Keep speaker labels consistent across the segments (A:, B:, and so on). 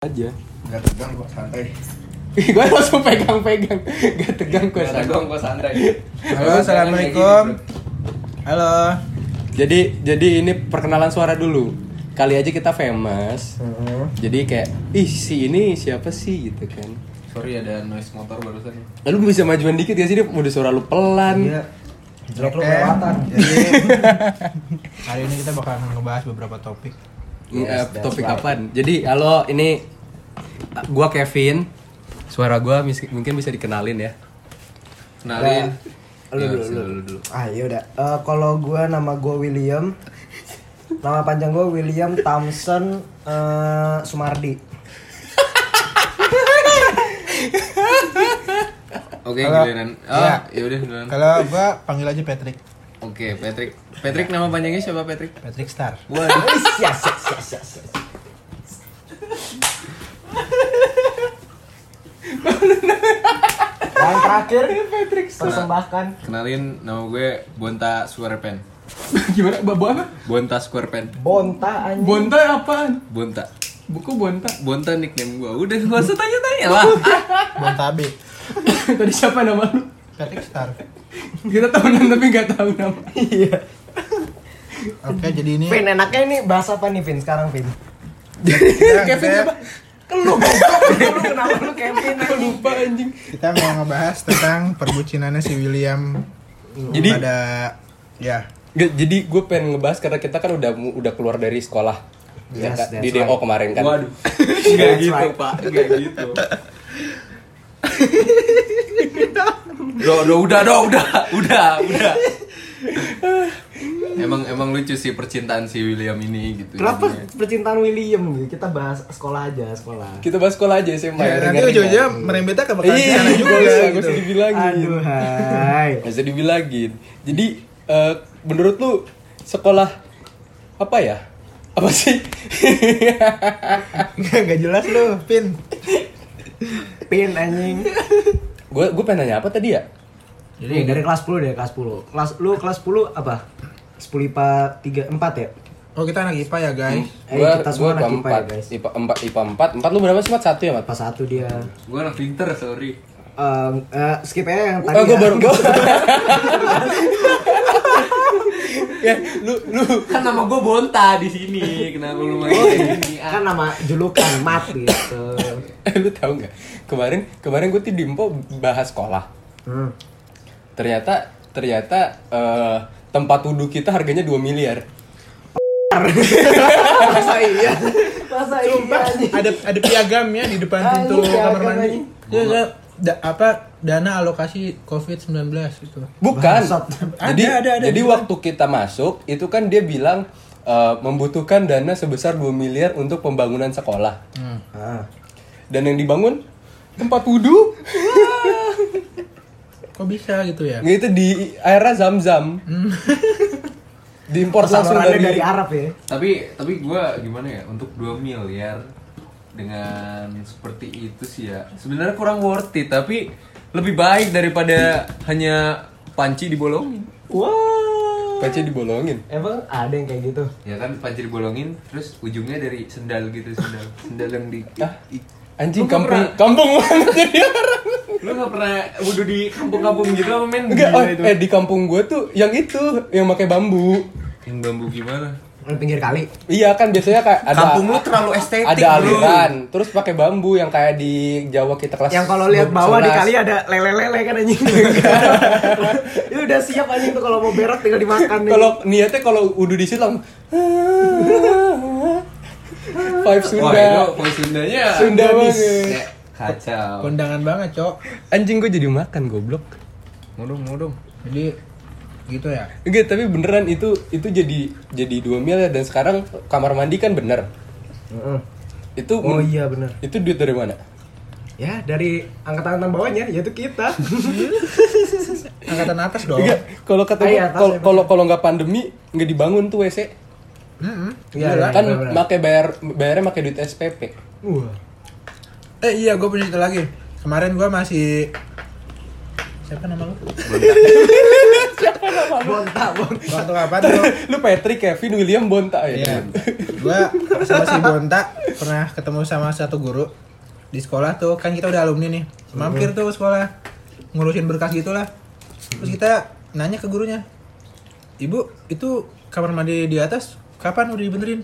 A: aja
B: Gak tegang kok santai.
A: Ih, gue langsung pegang-pegang Gak tegang gue
C: Gak tegang, gua santai.
B: Halo, assalamualaikum. Halo.
A: Jadi jadi ini perkenalan suara dulu Kali aja kita famous
D: Hmm.
A: Jadi kayak, ih si ini siapa sih gitu kan
C: Sorry ada noise motor barusan.
A: Lalu bisa majuan dikit ya sih, dia udah suara lu
C: Iya.
A: pelan
B: Jelek
D: lu kelewatan.
B: Iya. Eh. Jadi hari ini kita bakal ngebahas beberapa topik.
A: Eh, Topik kapan? Jadi halo ini uh, gua Kevin Suara gua mis- mungkin bisa dikenalin ya
C: Kenalin.
D: Nah, lu
C: Ya,
D: dulu,
C: sini
D: lu.
C: dulu.
D: Ah yaudah, Eh, kalau gue nama gue William Nama panjang gue William Thompson eh, Sumardi
C: Oke,
B: Halo.
C: giliran.
B: Iya.
C: Ah, ya udah giliran.
B: Kalau gua panggil aja Patrick,
C: Oke, Patrick. Patrick nama panjangnya siapa Patrick?
B: Patrick Star.
C: Waduh.
D: Yes, yes, yes, yes, yes. Yang terakhir persembahkan
C: Kenalin nama gue Bonta Squarepen.
A: Gimana? Babu apa?
C: Bonta Squarepen.
D: Bonta anjing
A: Bonta ya, apaan?
C: Bonta.
A: Buku Bonta
C: Bonta nickname gue. Udah gak usah tanya-tanya lah.
B: Bontabe,
A: Tadi siapa nama lu?
B: Patrick Star.
A: Kita tahunan tapi gak tahu nama
D: Iya
B: Oke, jadi ini
D: Vin enaknya ini bahasa apa nih Vin sekarang Vin?
B: kita,
A: Kevin
B: kita,
A: siapa?
D: Lu goblok lu kenapa lu Kevin
A: Gua lupa anjing
B: kita mau ngebahas tentang perbucinannya si William
A: Jadi-
B: pada ya
A: Nggak, jadi gue pengen ngebahas karena kita kan udah udah keluar dari sekolah Ya
D: Yes,
A: kan?
D: that's
A: di DO
D: right.
A: kemarin kan.
C: Waduh. Gak
D: That's
C: gitu,
D: right.
C: Pak. Gak gitu. Do, do, udah, do, udah, udah, udah. Emang emang lucu sih percintaan si William ini gitu.
D: Kenapa
C: jadinya.
D: percintaan William gitu? Kita bahas sekolah aja, sekolah.
A: Kita bahas sekolah aja SMA.
B: Ya, nanti
A: ringan-ringan.
B: ujung-ujungnya merembetnya ke Bekasi
A: Iya,
B: sana juga
A: juga bisa,
B: gitu.
A: bisa dibilangin.
D: Aduh, hai.
A: Gak usah dibilangin. Jadi eh, menurut lu sekolah apa ya? Apa sih?
B: Nggak nggak jelas lu, Pin.
D: Pin anjing.
A: gue gue pengen nanya apa tadi ya?
D: Jadi dari kelas 10 deh, kelas 10. Kelas lu kelas 10 apa? 10 IPA 3 4 ya?
B: Oh, kita anak IPA ya, guys.
D: Eh,
A: Gua-
D: kita
A: gua
D: semua anak
A: IPA
D: IPA ya,
A: empat,
D: guys.
A: IPA empat, IPA empat, empat lu berapa sih? Mat? Satu ya, Mat?
D: Pas satu dia.
C: Gue anak pinter, sorry.
D: Em, eh, skip aja yang tadi.
A: Oh, gue
D: ya.
A: baru gue. ya, lu lu
C: Kan nama gue Bonta di sini. Kenapa lu main kayak gini?
D: kan nama julukan mat gitu.
A: Eh, lu tahu nggak kemarin kemarin gue di Dimpo bahas sekolah
D: Hmm.
A: ternyata ternyata eh, tempat wudhu kita harganya 2 miliar
D: Masa iya? Masa iya? anjing?
B: Ada ada piagamnya di depan
D: Ah,
B: pintu
D: iya,
B: kamar
D: piagam
B: mandi.
D: anjing.
B: Iya, iya. Da- apa dana alokasi COVID-19 itu.
A: bukan
D: Bangsat.
A: jadi
B: Ada, ada, ada.
A: jadi waktu kita masuk itu kan dia bilang eh, membutuhkan dana sebesar 2 miliar untuk pembangunan sekolah
D: Ah.
A: dan yang dibangun tempat wudhu
B: Kok bisa gitu ya?
A: itu di airnya zam zam diimpor langsung
D: Salurannya
A: dari,
D: dari Arab ya.
C: tapi tapi gue gimana ya untuk 2 miliar dengan seperti itu sih ya sebenarnya kurang worth it tapi lebih baik daripada hanya panci dibolongin
D: Wah.
A: pece dibolongin
D: Emang ada yang kayak gitu?
C: ya kan panci dibolongin terus ujungnya dari sendal gitu sendal sendal yang di
A: Ah, anjing
C: Lu nggak
A: kampung kampung banget jadi orang
C: lu nggak pernah wudhu di kampung-kampung gitu apa men
A: Enggak, oh,
C: Gila
A: eh di kampung gue tuh yang itu yang pakai bambu.
C: yang bambu gimana
D: Di pinggir kali.
A: Iya kan biasanya kayak ada
C: kampung lu terlalu estetik
A: ada
C: bro.
A: aliran, terus pakai bambu yang kayak di Jawa kita kelas.
D: Yang kalau lihat bawah di
A: 11.
D: kali ada lele-lele kan anjing. Itu udah siap anjing tuh kalau mau berak tinggal dimakan nih.
A: kalau niatnya kalau udah di situ langsung Five
C: Wah, itu
A: Sunda.
C: voice Sundanya
A: Sunda
C: habis.
A: banget.
C: Kayak kacau
B: Kondangan banget, Cok.
A: Anjing gue jadi makan goblok.
B: Mudung, mudung. Jadi gitu ya.
A: Enggak, tapi beneran itu itu jadi jadi 2 miliar dan sekarang kamar mandi kan bener.
D: Heeh.
A: Itu
D: Oh
A: men-
D: iya benar.
A: Itu duit dari mana?
D: Ya dari angkatan-angkatan bawahnya yaitu kita.
B: Angkatan atas dong.
A: Enggak, kalau kata gua,
D: Ah, iya, tas
A: kalau
D: ya,
A: kalau kalau nggak pandemi nggak dibangun tuh WC.
B: Mm-mm.
D: Iya
B: Iyalah.
A: kan
D: benar-benar.
A: pakai bayar bayarnya pakai duit SPP
D: Wah.
B: Eh iya, gue punya cerita lagi. Kemarin gue masih siapa nama lu?
D: Bonta, bonta.
B: Waktu kapan tuh?
A: Lu Patrick Kevin William Bonta ya.
B: Iya. Gua sama si Bonta pernah ketemu sama satu guru di sekolah tuh kan kita udah alumni nih. Mampir tuh sekolah ngurusin berkas gitulah. Terus kita nanya ke gurunya. Ibu, itu kamar mandi di atas kapan udah dibenerin?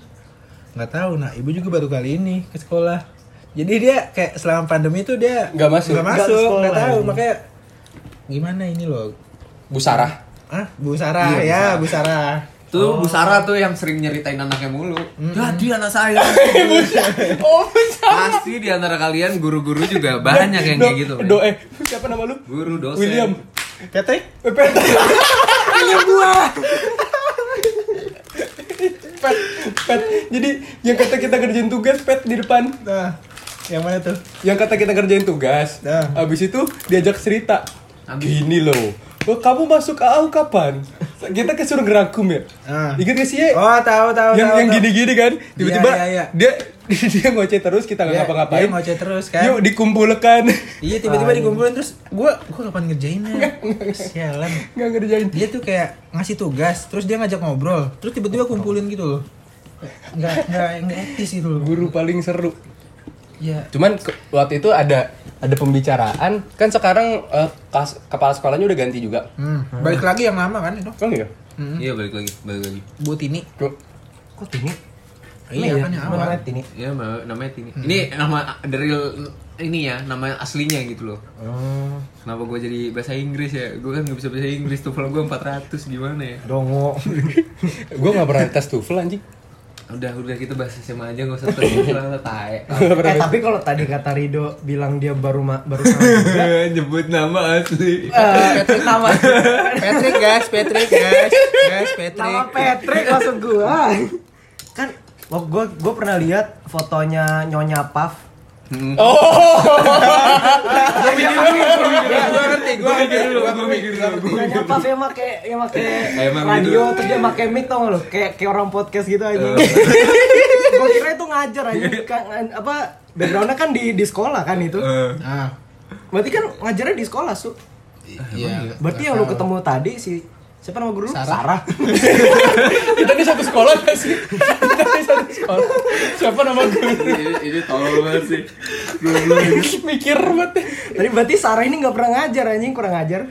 B: Nggak tahu. Nah, ibu juga baru kali ini ke sekolah. Jadi dia kayak selama pandemi tuh dia
A: Nggak masuk.
B: nggak
D: Nggak ke
B: masuk,
D: sekolah.
B: nggak tahu. Makanya gimana ini loh?
A: Bu Sarah.
B: Ah, Bu Sarah ya, Bu Sarah.
C: Tuh Bu Sarah tuh yang sering nyeritain anaknya mulu. Jadi anak saya.
A: Oh, Bu Eh, Sarah.
C: Pasti di antara kalian guru-guru juga banyak yang kayak gitu. men.
A: Do, eh, siapa nama lu?
C: Guru dosen.
A: William.
B: Patrick,
A: Eh, Patrick. William gua. Pet, pet. Jadi yang kata kita kerjain tugas pet di depan.
B: nah, yang mana tuh?
A: Yang kata kita kerjain tugas.
B: Nah.
A: Habis itu diajak cerita. Gini loh. Wah, kamu masuk AU kapan? Kita kesuruh ngerangkum ya.
B: Ah.
A: Ingat gak sih? Ye?
B: Oh, tahu tahu
A: yang
B: tahu,
A: yang
B: tahu.
A: gini-gini kan tiba-tiba
B: Iya, iya,
A: dia dia ngoceh terus kita nggak
B: Dia-
A: ngapa-ngapain
B: dia ngoceh terus, kan?
A: yuk dikumpulkan
B: Iya tiba-tiba dikumpulin terus gue gue kapan ngerjainnya? Sialan.
A: nggak ngerjain
B: Dia tuh kayak ngasih tugas, terus dia ngajak ngobrol, terus tiba-tiba kumpulin gitu loh. Nggak nggak nggak etis gitu loh.
A: guru paling seru
B: Ya.
A: cuman ke- waktu itu ada ada pembicaraan kan sekarang eh, kas- kepala sekolahnya udah ganti juga
B: Hmm. Balik lagi yang lama kan itu?
A: kan ya
C: Iya balik lagi, balik lagi.
B: Bu Tini.
A: Tuh.
D: Kok tini?
B: Iya kan yang
D: Apa
B: awal.
D: namanya tini?
C: Ya nama- namanya Tini. Ini nama the real ini ya, nama aslinya gitu loh.
D: Hmm,
C: Kenapa gue jadi bahasa Inggris ya? Gue kan gak bisa bahasa Inggris, TOEFL gue 400 gimana ya?
D: dongo.
A: gue nggak pernah tes tuvel anjing
C: Udah, udah kita bahas SMA aja gak usah terlalu tae.
D: eh, tapi kalau tadi kata Rido bilang dia baru ma- baru sama juga.
C: Nyebut nama asli.
D: Eh,
B: Patrick nama. Patrick guys, Patrick guys, guys
D: Nama
B: Patrick.
D: Patrick maksud gua. kan waktu gua gua pernah lihat fotonya Nyonya Puff.
C: Gue ngerti, gue mikir dulu, gue mikir dulu.
D: Nyonya Puff yang make yang make
C: Emang
D: radio
C: gitu.
D: terus dia make mic tau loh kayak kayak orang podcast gitu aja.
C: Eh.
D: gua kira itu ngajar aja kan an- apa backgroundnya kan di di sekolah kan itu.
C: Eh,
B: Ah.
D: Berarti kan ngajarnya di sekolah, Su.
B: Iya.
D: Berarti yang
C: Eh.
D: lu ketemu tadi si siapa nama guru lu? Sarah.
A: kita di satu sekolah gak sih kita di satu sekolah siapa nama guru
C: Ini, ini tolol banget sih. Belum
A: mikir banget
D: Tadi berarti Sarah ini nggak pernah ngajar anjing, kurang ajar.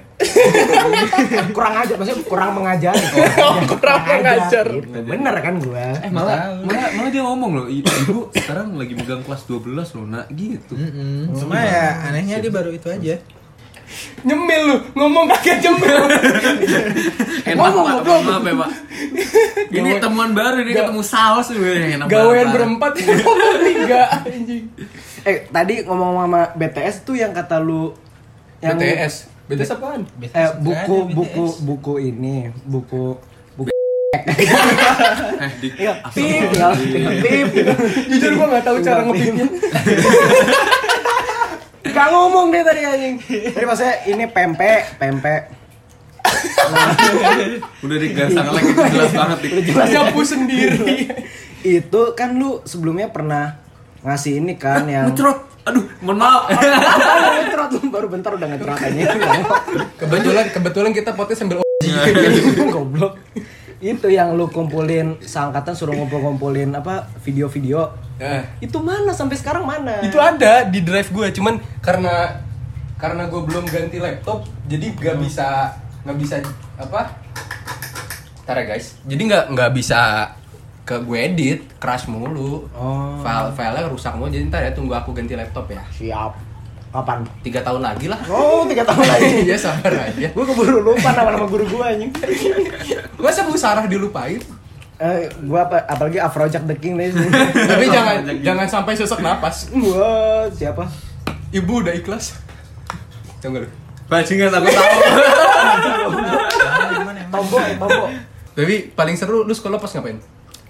D: kurang ajar maksudnya kurang mengajari.
A: Oh, kurang mengajar.
D: Gitu. Bener kan gua?
C: Eh malah, malah, malah dia ngomong loh, "I- ibu sekarang lagi megang kelas 12 loh, nak gitu.
B: Mm, Cuma ya anehnya dia baru itu aja.
A: nyemil lu ngomong kagak nyemil
C: Enak pak, maaf, maaf ya pak. Ini temuan baru, ini ketemu saus gue yang enak
A: gawean
C: banget.
A: berempat ngomong tiga anjing
D: Eh, tadi ngomong sama BTS tuh yang kata lu yang
A: BTS BTS apaan
D: Eh, buku buku buku ini, buku buku
C: Eh, di,
D: Iya, pip, ya, pip.
A: jujur gua nggak tahu cara ngebitnya
D: Gak ngomong deh tadi anjing. Tadi maksudnya ini pempek, pempek.
C: udah digasak lagi itu jelas banget dik.
A: nyapu sendiri
D: Itu kan lu sebelumnya pernah ngasih ini kan yang
C: Mucrot. Aduh, mohon maaf.
D: ngetrot lu baru bentar udah ngetrot anjing.
A: kebetulan kebetulan kita potnya sambil
D: Goblok. Itu yang lu kumpulin seangkatan suruh ngumpul-ngumpulin apa video-video. Itu mana sampai sekarang
A: Ya.
D: mana?
A: itu ada di drive gue cuman karena karena gue belum ganti laptop jadi nggak bisa nggak bisa apa Ntar ya guys jadi nggak nggak bisa ke gue edit crash mulu
D: Oh.
A: file filenya rusak mulu jadi ntar ya tunggu aku ganti laptop ya
D: Siap. Kapan?
A: tiga tahun lagi lah
D: Oh, tiga tahun lagi.
A: ya sabar aja
D: gue keburu lupa nama-nama guru gue anjing
A: masa Bu Sarah dilupain
D: eh gue apa apalagi Afrojak the King nih
A: tapi jangan jangan sampai sesak napas
D: Wah, siapa
A: ibu udah ikhlas tunggu dulu
C: Bajingan aku tahu.
D: Tombo eh, Tombo
A: Tapi paling seru lu sekolah pas ngapain?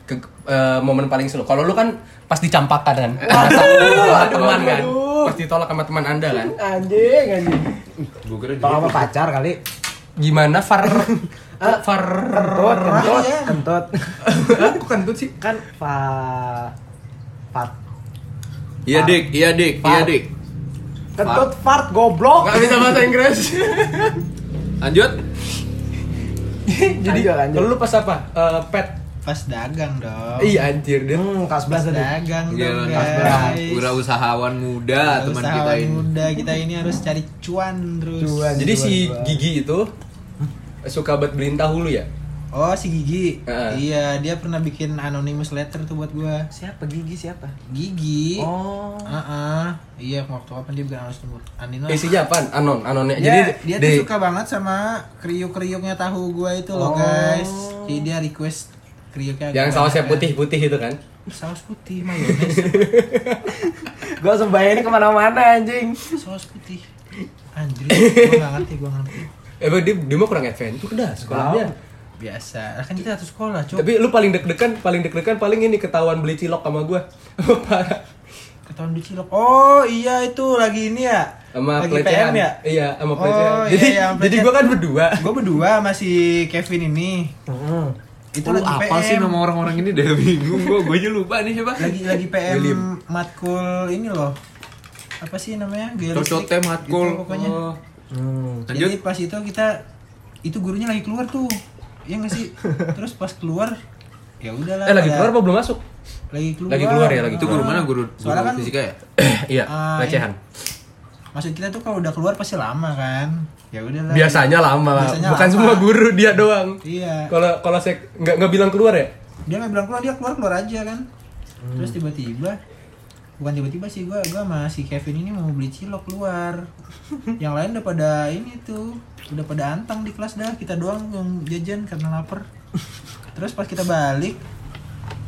A: Ke, eh, momen paling seru. Kalau lu kan pas dicampakan kan. Masa lu sama teman kan. Pas ditolak sama teman Anda kan.
D: anjing anjing
C: Gue kira
D: Tolong sama pacar kali
A: Gimana far eh, far
D: kentut kentut kentut
A: Hah, Kok kentut sih?
D: kan fa fart
C: Iya dik, iya dik, iya dik.
D: kentut fart goblok
A: Gak bisa bahasa Inggris.
C: Lanjut.
A: Jadi
D: Lanjut, lanjut.
A: kalau lu pas apa? Eh, pet.
B: Pas dagang dong.
A: Iya anjir dia.
D: Hmm,
B: Pas
D: kasbas tadi.
B: dagang
A: Iya,
B: dong
C: Jangan
B: guys.
C: wirausahawan muda teman kita
B: Usahawan
C: ini.
B: muda kita ini harus cari cuan terus.
D: Cuan.
A: Jadi si
D: Dua-dua.
A: Gigi itu suka buat beliin tahu lu ya?
B: Oh si Gigi.
A: Heeh.
B: Iya dia pernah bikin anonymous letter tuh buat gua.
D: Siapa gigi siapa?
B: Gigi.
D: Oh.
B: Ah, ah. iya waktu kapan dia bikin anonymous letter? Anino.
A: Isinya apaan? Anon, anonnya.
B: Jadi
A: Eh, Jadi
B: Nah. Ya, dia
A: di-
B: tuh suka banget sama kriuk-kriuknya tahu gua itu
D: Oh.
B: loh guys. Jadi dia request kriuknya agak
A: yang sausnya
B: banyak, ya.
A: putih-putih itu kan.
B: kan. Saus putih mayones.
D: Gua langsung bayanginnya kemana-mana anjing.
B: saus putih. Anjir, gua gak ngerti, gua nggak ngerti.
A: Eh, dia, dia mah kurang adventure dah sekolahnya.
B: Biasa, kan kita satu sekolah, Cuk.
A: Tapi lu paling deg-degan, paling deg-degan paling ini ketahuan beli cilok sama gua.
B: Ketahuan beli cilok. Oh iya itu lagi ini ya.
A: sama
B: lagi
A: pelecehan.
B: PM ya.
A: Iya, sama
B: Oh,
A: pelecehan.
B: iya,
A: jadi
B: iya, sama
A: jadi
B: pelecehan.
A: gua kan berdua.
B: Gue berdua masih Kevin ini.
D: Heeh.
B: Itu
C: Lu
B: lagi
C: Oh, apa
B: PM.
C: sih nama orang-orang ini deh bingung gua, gua aja lupa nih siapa.
B: Lagi lagi PM
A: William.
B: matkul ini loh. Apa sih namanya? Gaya listrik.
C: Cocote matkul.
B: Gitu pokoknya.
C: Oh.
D: Hmm.
C: Lanjut.
B: Jadi pas itu kita itu gurunya lagi keluar tuh. Iya gak sih? Terus pas keluar ya udahlah.
A: Eh lagi
B: pada-
A: keluar apa belum masuk?
B: Lagi keluar.
A: Lagi keluar ya, lagi
C: Itu guru mana? Guru, guru
B: Soalnya kan
C: fisika ya?
A: iya,
B: Ah,
A: pelecehan.
B: maksud kita tuh kalau udah keluar pasti lama kan. Ya udahlah.
A: Biasanya lama,
B: Biasanya
A: bukan
B: lama.
A: semua guru dia doang.
B: Iya.
A: Kalau kalau saya nggak nggak bilang keluar ya?
B: dia nggak bilang keluar dia keluar keluar aja kan terus tiba-tiba bukan tiba-tiba sih gua gua sama si Kevin ini mau beli cilok keluar yang lain udah pada ini tuh udah pada antang di kelas dah kita doang yang jajan karena lapar terus pas kita balik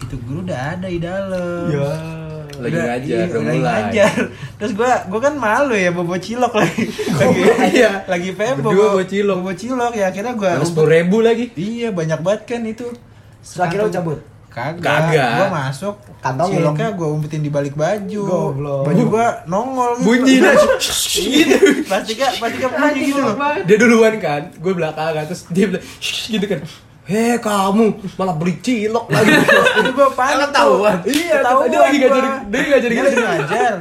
B: itu guru udah ada di dalam
A: Ya. Lagi
B: Udah-
A: ngajar,
B: iya,
A: udah
B: lagi
A: mulai.
B: ngajar. Terus gua gua kan malu ya bobo cilok lagi. lagi
A: Iya.
B: lagi
A: Berdua
B: PM bobo,
A: bobo cilok.
B: Bobo cilok ya akhirnya gua
A: Harus sepuluh ribu lagi.
B: Iya banyak banget kan itu.
D: Terus akhirnya lu cabut?
B: Kagak.
A: Kagak.
B: Gua masuk
D: Kantongin.
B: ciloknya gua umpetin di balik baju.
D: Goblok.
B: Baju gua nongol gitu.
A: Bunyi dah. gitu.
B: Plastiknya plastiknya bunyi gitu loh.
A: Dia duluan kan, gue belakangan terus dia bilang "Shh," gitu kan. Heh kamu malah beli cilok lagi.
B: Itu gua panik
A: Ketahuan.
B: tuh.
A: Iya,
B: Ketahuan
A: dia lagi
B: gua.
A: ngajarin, dia lagi ngajarin
B: Dia gitu
A: kita.
B: lagi ngajar.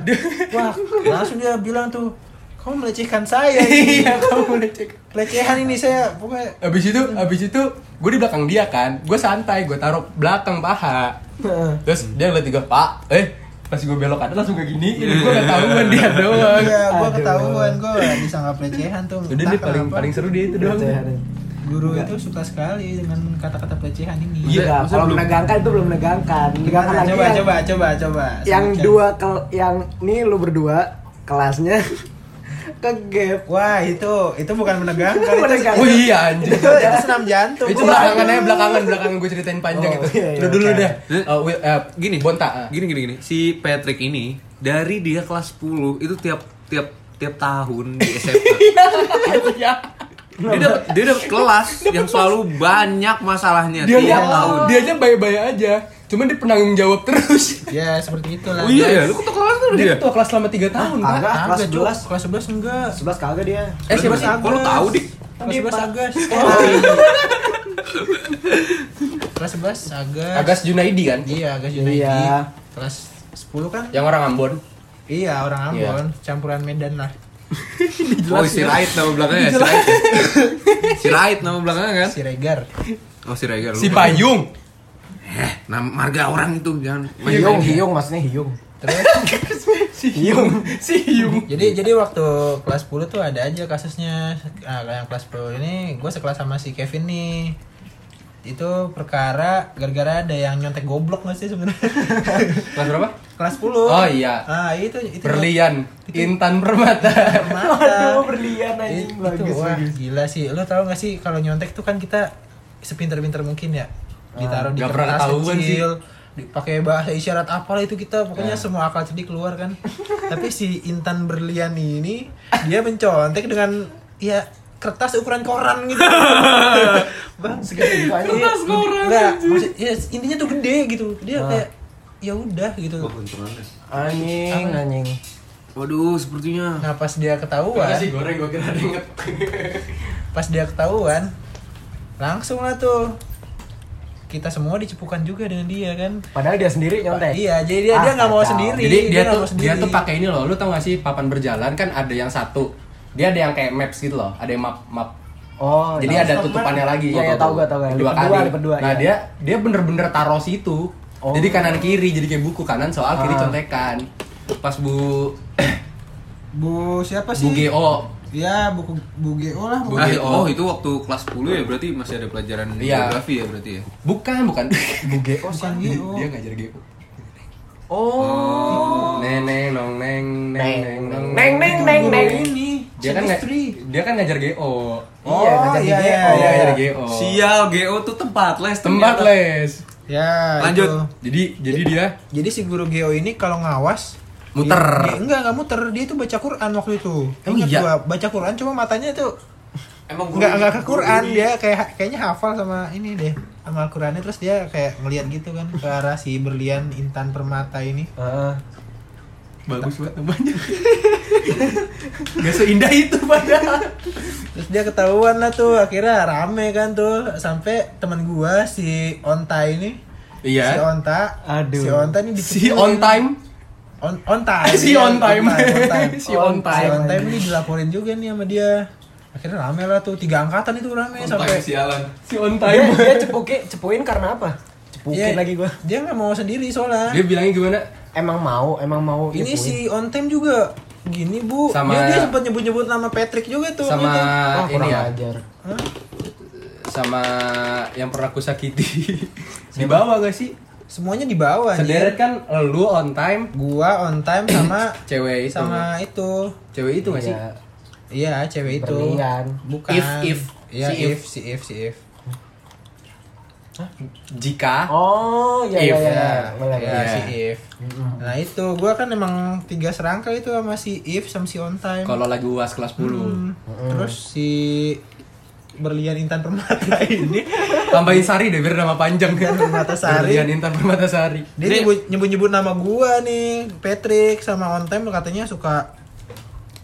B: Wah, langsung dia bilang tuh, kamu melecehkan saya. Iya, kamu melecehkan. Pelecehan ini saya pokoknya
A: Abis itu, abis itu gue di belakang dia kan, gue santai, gue taruh belakang paha. Terus dia ngeliat tiga pak, eh pas gue belok ada langsung kayak gini, ini gue ketahuan dia doang.
B: Iya, gua
D: Aduh.
B: ketahuan gua disangka pelecehan tuh.
A: Udah
B: Entah
A: dia paling
B: kenapa.
A: paling seru dia itu doang.
D: ya.
B: guru itu suka sekali dengan kata-kata pelecehan ini.
A: Iya,
D: Iya,
A: maksudnya
D: kalau
A: belum-
D: menegangkan itu belum menegangkan. Menegangkan
B: Gimana?
D: lagi
B: coba,
D: yang-
B: coba, coba, coba.
D: yang
B: Sebutkan.
D: dua ke yang nih lu berdua kelasnya ke gap.
B: Wah, itu itu bukan menegangkan. itu-
D: Menegangkan.
A: Oh iya anjir.
B: Itu, itu senam jantung.
A: Itu belakangan aja, belakangan, belakangan gue ceritain panjang
D: Oh,
A: itu.
D: iya, iya,
A: Lu dulu
D: oke.
A: deh.
C: Eh,
A: Eh, Will- eh,
C: gini
A: Bonta. eh.
C: gini gini gini si Patrick ini dari dia kelas 10 itu tiap tiap tiap tahun di SMA dia dapat dia dapat kelas yang selalu banyak masalahnya
A: Dia
C: tiap
A: nggak tahu,
C: tahun
A: dia aja bayi-bayi aja. Cuman dia penanggung jawab terus.
B: Ya, seperti itulah.
C: oh iya ya lu ketua kelas tuh dia
A: Dia ketua kelas selama 3 tahun,
D: Ah,
A: Pak.
D: kagak.
B: Kelas
D: Kelas
B: 11,
D: 11.
B: kelas 11 enggak.
D: 11 kagak dia.
A: Eh siapa sih?
B: Kelas
C: Kok lu tahu, Dik?
B: Kelas 11 Agas. iya. Kelas 11 Agas.
A: Agas Junaidi kan?
B: Iya, Agas Junaidi.
D: Iya.
B: Kelas 10 kan?
A: Yang orang Ambon.
B: Iya, orang Ambon, campuran Medan lah.
C: oh
A: ya?
C: si Rait nama belakangnya si Rait si Rait nama belakangnya kan
B: Siregar.
C: oh si Regar
A: Si Payung.
C: eh nama marga orang itu jangan
A: Iya kan?
D: Hiyung, hiyung maksudnya hiyung.
A: Si Hyung. Si Hyung.
B: Jadi jadi waktu kelas 10 tuh ada aja kasusnya. Nah, kalau yang kelas 10 ini gue sekelas sama si Kevin nih. Itu perkara gara-gara ada yang nyontek goblok gak sih sebenarnya?
A: Kelas berapa?
B: kelas 10.
A: Oh, iya.
B: Ah, itu itu
A: Berlian. Intan Permata.
B: Mata.
D: berlian
B: It- itu wah, gila sih. Lu tahu gak sih kalau nyontek tuh kan kita sepinter-pinter mungkin ya. Ditaruh di
A: Nggak pernah
B: kertas
A: ketahuan sih.
B: kecil, dipakai bahasa isyarat apalah itu kita pokoknya semua akal cerdik keluar kan. Tapi si Intan Berlian ini dia mencontek dengan ya kertas ukuran koran gitu. Bang, segede kertas koran. Enggak, maksud, ya, intinya tuh gede gitu. Dia kayak ya udah gitu.
D: Anjing, anjing.
C: waduh sepertinya
B: Nah, pas dia ketahuan,
A: Nasi goreng gue kira ada inget.
B: pas dia ketahuan langsung lah tuh kita semua dicepukan juga dengan dia kan
D: Padahal dia sendiri nyontek.
B: iya jadi dia dia
D: Ah,
B: nggak mau
D: kacau.
B: sendiri
A: Eh, Jadi dia,
B: nggak
A: tuh
B: mau
A: dia
B: sendiri.
A: tuh pakai ini loh. Lu tau gak sih papan berjalan kan ada yang satu. Dia ada yang kayak maps gitu loh. Ada yang map map
D: Oh,
A: Jadi
D: iya.
A: ada tutupannya lagi. ya,
D: Iya, iya, tahu gua, tahu
A: Dua
D: gua. Lipat
A: kali.
D: dua, lipat dua,
A: nah,
D: iya.
A: dia dia bener-bener taruh situ.
D: Oh.
A: Jadi kanan kiri, jadi kayak buku kanan soal kiri
D: Ah.
A: contekan. Pas Bu
B: Bu siapa sih?
A: Bu GO
B: Ya, buku Bu GO lah.
A: Bu- Ah, iya.
C: oh itu waktu kelas 10 ya berarti masih ada pelajaran
A: Iya.
C: geografi ya berarti ya.
A: bukan bukan Bu GO
B: Bukan
A: sih.
B: GO.
A: Dia ngajar GO.
D: Oh.
A: Neneng nong neng neng neng nong
D: Neng, neng, neng, neng.
A: Ini dia kan nga- dia kan ngajar GO.
B: Oh,
D: Iya, Iya,
B: iya,
D: ngajar di
B: iya,
D: GO.
A: Dia ngajar GO.
C: Sial, GO tuh tempat les.
A: Tempat
C: ternyata.
A: les.
B: Ya,
C: Lanjut.
B: itu.
A: Jadi jadi dia
B: Jadi si guru Geo ini kalau ngawas
A: Muter.
B: dia- dia- enggak, enggak muter. Dia itu baca Quran waktu itu.
A: Emang
B: Ingat
A: iya?
B: gua, baca Quran cuma matanya itu
C: Emang guru
B: enggak enggak ke
C: guru
B: Quran
C: ini-
B: dia kayak kayaknya hafal sama ini deh. Sama Al-Qur'annya terus dia kayak ngeliat gitu kan ke arah si berlian intan permata ini.
D: Heeh.
A: bagus banget temannya. Gak seindah itu padahal.
B: Terus dia ketahuan lah tuh, akhirnya rame kan tuh sampai teman gua si Onta ini.
A: Iya.
B: Si Onta.
D: Aduh.
B: Si Onta ini
A: Si
B: dipukulin.
A: on time.
B: On, on time.
A: Si
B: Iya,
A: on time.
B: on time.
A: Si on
B: Si on
A: time.
B: time ini dilaporin juga nih sama dia. Akhirnya rame lah tuh, tiga angkatan itu rame
C: Kontak
B: sampai
C: sialan.
A: Si on
D: Dia,
A: time.
D: Iya, dia cepuki, cepuin karena apa? Cepukin
B: Iya,
D: lagi gua.
B: Dia nggak mau sendiri soalnya.
A: Dia bilangnya gimana?
D: Emang mau, emang mau
B: ini
D: nyepuin.
B: si on time juga gini bu
A: Sama-
B: dia, dia sempat nyebut-nyebut nama Patrick juga tuh
A: Sama
B: waktu itu.
E: Oh, Ah,
D: Wah,
A: ini
D: kurang
A: ya,
D: ajar.
B: Hah?
A: sama yang pernah aku sakiti. Dibawa gak sih?
B: semuanya di bawah anjir.
A: Sederet kan lu on time,
B: gua on time sama
A: cewek itu.
B: sama itu
A: cewek itu gak sih?
D: Iya.
B: iya cewek itu
D: Berlian.
B: bukan
A: If, if.
B: Iya,
A: Si
B: if.
A: if.
B: si if si if
A: Jika
D: Oh, iya iya
A: If.
D: iya. Boleh,
B: Iya,
D: boleh.
A: Iya.
B: si if nah itu gua kan emang tiga serangka itu sama si if sama si on time
A: kalau lagi UAS kelas 10.
B: Hmm. terus si berlian intan permata ini
A: Tambahin Sari deh biar nama panjang.
B: Intan Permatasari.
A: Berlian Intan Permatasari.
B: Dia nyebut- nyebut-nyebut nama gua nih, Patrick sama on time katanya suka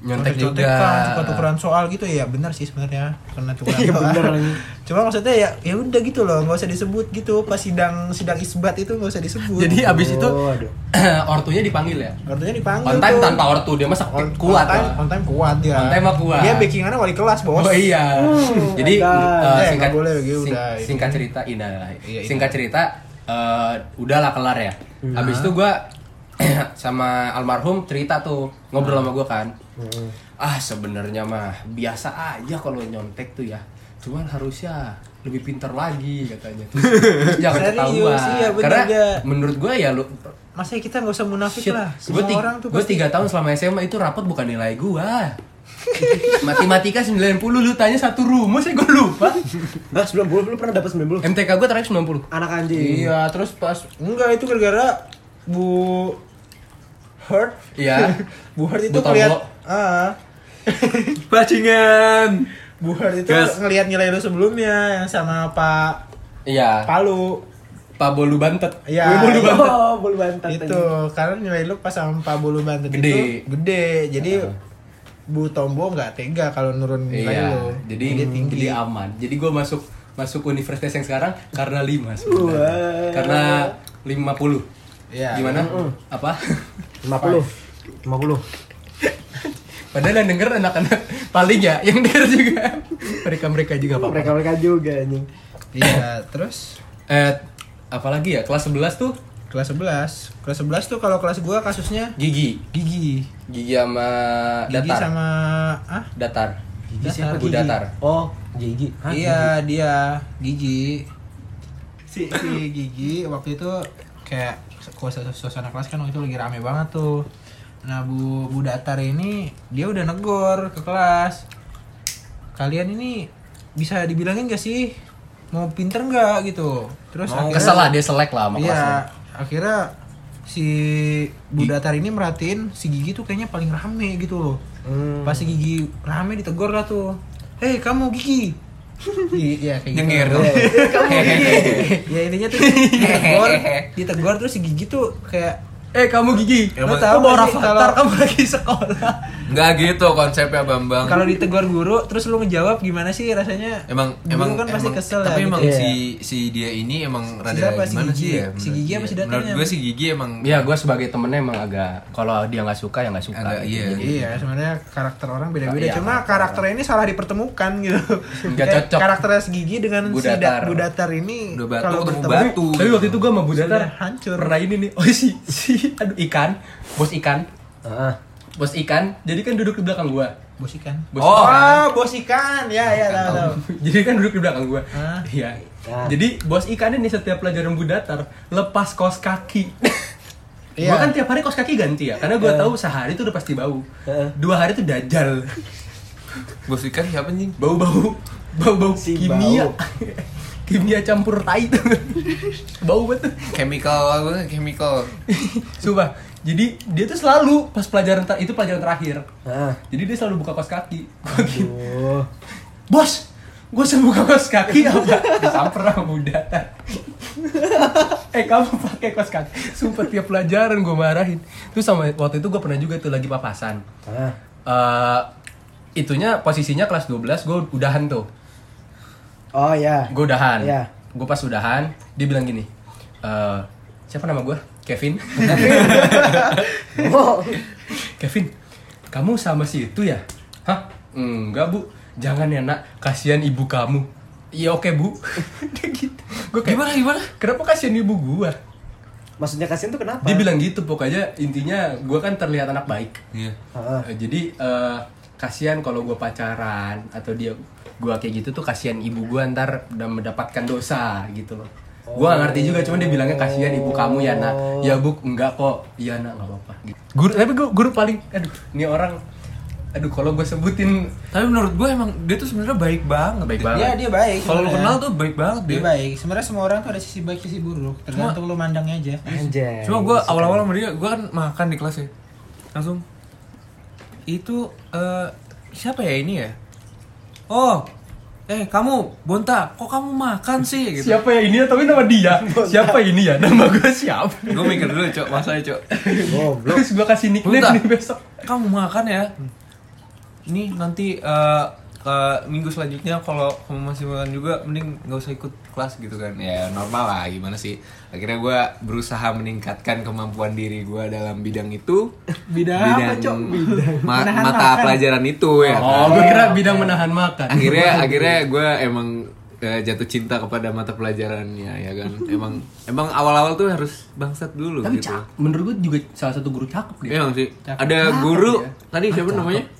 A: Nyontek juga.
B: contek-contekan, suka tukeran soal gitu ya. Benar sih sebenarnya karena tukeran
D: Iya,
B: soal.
D: bener lagi.
B: Cuma maksudnya ya ya udah gitu loh, nggak usah disebut gitu. Pas sidang sidang isbat itu nggak usah disebut.
A: Jadi abis itu
D: Oh, aduh.
A: ortunya dipanggil ya.
B: artinya
A: On
B: dipanggil
A: time
B: tuh.
A: tanpa ortu dia masa
B: on,
A: kuat
B: on time,
A: lah.
B: on time kuat dia.
A: On time mah kuat.
B: Dia backingannya wali kelas, Bos.
A: Oh iya.
B: Hmm.
A: Jadi
D: my God.
A: eh,
B: Eh,
A: singkat
B: nggak boleh begitu,
A: sing-
B: udah, ini.
A: singkat cerita indah.
B: Iya, Hmm. ini.
A: Singkat cerita eh, udahlah kelar ya. Habis itu gua
B: Nah.
A: sama almarhum cerita tuh ngobrol sama gua kan.
B: Hmm.
A: Ah sebenarnya mah biasa aja kalau nyontek tuh ya. Cuman harusnya lebih pintar lagi katanya. Terus, terus jangan
B: Serius,
A: ketahuan.
B: iya, bener
A: Karena
B: nggak?
A: menurut gua ya lu
B: Masa kita nggak usah munafik
A: Shit,
B: lah.
A: Gua
B: Semua
A: tiga,
B: orang tuh
A: gua
B: pasti-
A: tiga tahun selama SMA itu rapot bukan nilai gua. Matematika 90 lu tanya satu rumus ya gua lupa.
D: Nah, 90 lu pernah dapat 90?
A: MTK gua terakhir 90.
D: Anak anjing.
B: Iya, terus pas enggak itu gara-gara Bu Hurt
A: Iya.
B: Bu Hurt itu
A: Bu Tombo.
B: ngeliat ah,
C: Bajingan.
B: Bu Hurt itu
C: Gas.
B: ngelihat nilai lu sebelumnya yang sama Pak
A: Iya.
B: Palu
A: Pak Bolu Bantet.
B: Iya.
A: Gue Bolu Bantet.
D: Oh, belum bantat.
B: itu karena nilai lu pas sama Pak Bulu Banten
A: Gede.
B: itu gede jadi Bu Tombo nggak tega kalau nurun nilai
A: Iya.
B: lu
A: Jadi
B: dia tinggi
A: jadi aman. Jadi gua masuk masuk universitas yang sekarang karena 5 sebenarnya.
D: Wah.
A: Karena 50.
B: Iya.
A: Gimana? Apa?
D: 50. 50.
A: Padahal yang denger anak-anak paling ya yang denger juga. Mereka-mereka juga apa?
D: Mereka-mereka juga anjing.
B: iya terus
A: Eh apalagi ya kelas 11 tuh
B: kelas 11 kelas 11 tuh kalau kelas gua kasusnya
A: gigi
B: gigi
A: gigi sama
B: gigi
A: datar
B: sama ah
A: datar
B: Gigi siapa?
A: Bu
B: Gigi.
A: datar
D: Oh, gigi. Hah,
B: iya dia gigi si, si gigi waktu itu kayak kuasa suasana kelas kan waktu itu lagi rame banget tuh nah bu bu datar ini dia udah negor ke kelas kalian ini bisa dibilangin gak sih mau pinter nggak gitu terus akhirnya-
A: Oh, kesel lah dia selek lah sama kelasnya
B: Iya, akhirnya si Bu Datar ini merhatiin si Gigi tuh kayaknya paling rame gitu loh.
C: Hmm.
B: Pas si Gigi rame ditegur lah tuh. Hei kamu Gigi. Iya kayak gitu.
A: Nyengir.
B: Iya, kamu Gigi. ya intinya tuh ditegur, ditegur terus si Gigi tuh kayak
A: eh kamu gigi
B: Lo
A: kamu
B: tahu
C: Iya.
B: nggak
A: orang
B: sih
A: fatar
B: kalau-
A: kamu lagi sekolah
C: Nggak gitu konsepnya Bambang.
B: Kalau ditegur guru, terus lu ngejawab gimana sih rasanya?
C: Emang
B: Guru
C: emang
B: kan pasti
C: emang-
B: kesel
C: tapi
B: ya,
C: emang
B: gitu.
C: si si dia ini emang rada
B: siapa? Si
C: gimana
B: Gigi?
C: sih ya?
B: Si
C: menurut
B: Gigi apa
C: dia.
B: si Datang
C: Menurut
B: ya?
C: gue si Gigi emang
A: Ya gue sebagai temennya emang agak kalau dia nggak suka ya nggak suka.
C: Agak, iya.
B: Iya, sebenarnya karakter orang beda-beda.
A: Iya,
B: Cuma karakter ini salah dipertemukan gitu.
A: Nggak
B: Kayak
A: cocok.
B: Karakternya segigi dengan si
A: Budatar.
B: Da- Budatar ini
C: udah batu
B: kalau
C: ketemu
B: bertemu
C: batu.
A: Tapi waktu itu gue sama Budatar
B: Sudah hancur.
A: pernah ini nih. Oh si si aduh ikan, bos ikan,
E: Ah,
D: Heeh.
A: bos ikan. Jadi kan duduk di belakang gue.
B: bos ikan.
A: Bos
C: Oh.
B: Oh, bos ikan. Ya, ya, tahu tahu.
A: Jadi kan duduk di belakang gue.
B: Hah?
A: Iya.
D: Nah.
A: Jadi bos ikan ini setiap pelajaran budatar lepas kos kaki.
B: Iya.
A: Gue kan tiap hari kos kaki ganti ya, karena gue
D: Eh.
A: tahu sehari itu udah pasti bau.
D: Iya.
A: Dua hari tuh dajal,
C: Bos ikan siapa anjing?
A: bau-bau, bau-bau
D: Si
A: kimia,
D: bau.
A: kimia campur tai tuh, bau banget. tuh.
C: Chemical apa? Chemical.
A: Sumpah. Jadi dia tuh selalu pas pelajaran ter- itu pelajaran terakhir.
D: Heeh.
A: Jadi dia selalu buka kos kaki. Gua gini,
D: Aduh.
A: Bos, gue selalu buka kos kaki apa? Disamper sama Bunda. eh kamu pakai kos kaki. Sumpah tiap pelajaran gue marahin. Terus sama waktu itu gue pernah juga tuh lagi papasan.
D: Heeh.
A: Eh itunya posisinya kelas 12 gue udahan tuh.
D: Oh ya.
A: Gue udahan.
D: Iya.
A: Gue pas udahan dia bilang gini. "Eh, siapa nama gue? Kevin.
D: Oh.
A: Kevin, kamu sama si itu ya? Hah? Enggak bu, jangan ya nak, kasihan ibu kamu. Iya oke bu. Dia gitu. Gua kayak,
C: Gimana, gimana?
A: Kenapa kasihan ibu gua?
D: Maksudnya kasihan tuh kenapa?
A: Dia bilang gitu pokoknya intinya gua kan terlihat anak baik.
C: Iya.
D: Heeh.
A: Eh, Jadi eh, kasihan kalau gua pacaran atau dia gua kayak gitu tuh kasihan ibu gua ntar udah mendapatkan dosa gitu loh. Gua gak ngerti juga, cuman dia bilangnya kasihan ibu kamu ya nak.
D: Oh.
A: Ya bu, enggak kok. Iya nak, nggak apa-apa. Gitu. Guru, tapi gua guru paling, aduh, ini orang, aduh kalau gue sebutin
C: Tapi menurut gue emang dia tuh sebenarnya baik banget.
A: baik
B: Iya,
A: banget.
B: dia baik.
C: Kalau lu
B: sebenarnya.
C: kenal tuh baik banget dia.
B: dia baik. Sebenarnya semua orang tuh ada sisi baik, sisi buruk. Tergantung lu mandangnya aja.
D: Anjay.
C: Cuma gue awal-awal sama dia, gue kan makan di kelas ya Langsung Itu eh, Siapa ya ini ya? Oh Eh kamu Bonta Kok kamu makan sih? Gitu.
A: Siapa ya ini ya? Tapi nama dia. Siapa ini ya? Nama gue siapa?
C: Gue mikir dulu cok Masa ya cok
D: Goblok.
A: Terus gue kasih nickname
C: Bonta
A: nih besok.
C: Kamu makan ya Ini nanti eh, ke minggu selanjutnya kalau kamu masih makan juga mending nggak usah ikut kelas gitu kan ya normal lah gimana sih akhirnya gue berusaha meningkatkan kemampuan diri gue dalam bidang itu
B: Bidang, apa, Cok? Bidang.
C: ma-
B: Menahan
C: mata
B: makan.
C: pelajaran itu ya kan?
A: Oh, gue kira bidang menahan makan.
C: akhirnya akhirnya gue emang eh, jatuh cinta kepada mata pelajarannya ya kan emang emang awal-awal tuh harus bangsat dulu
A: Tapi
C: gitu
A: cak, menurut gue juga salah satu guru Iya. cakep dia.
C: Emang sih Iya, ada guru tadi siapa namanya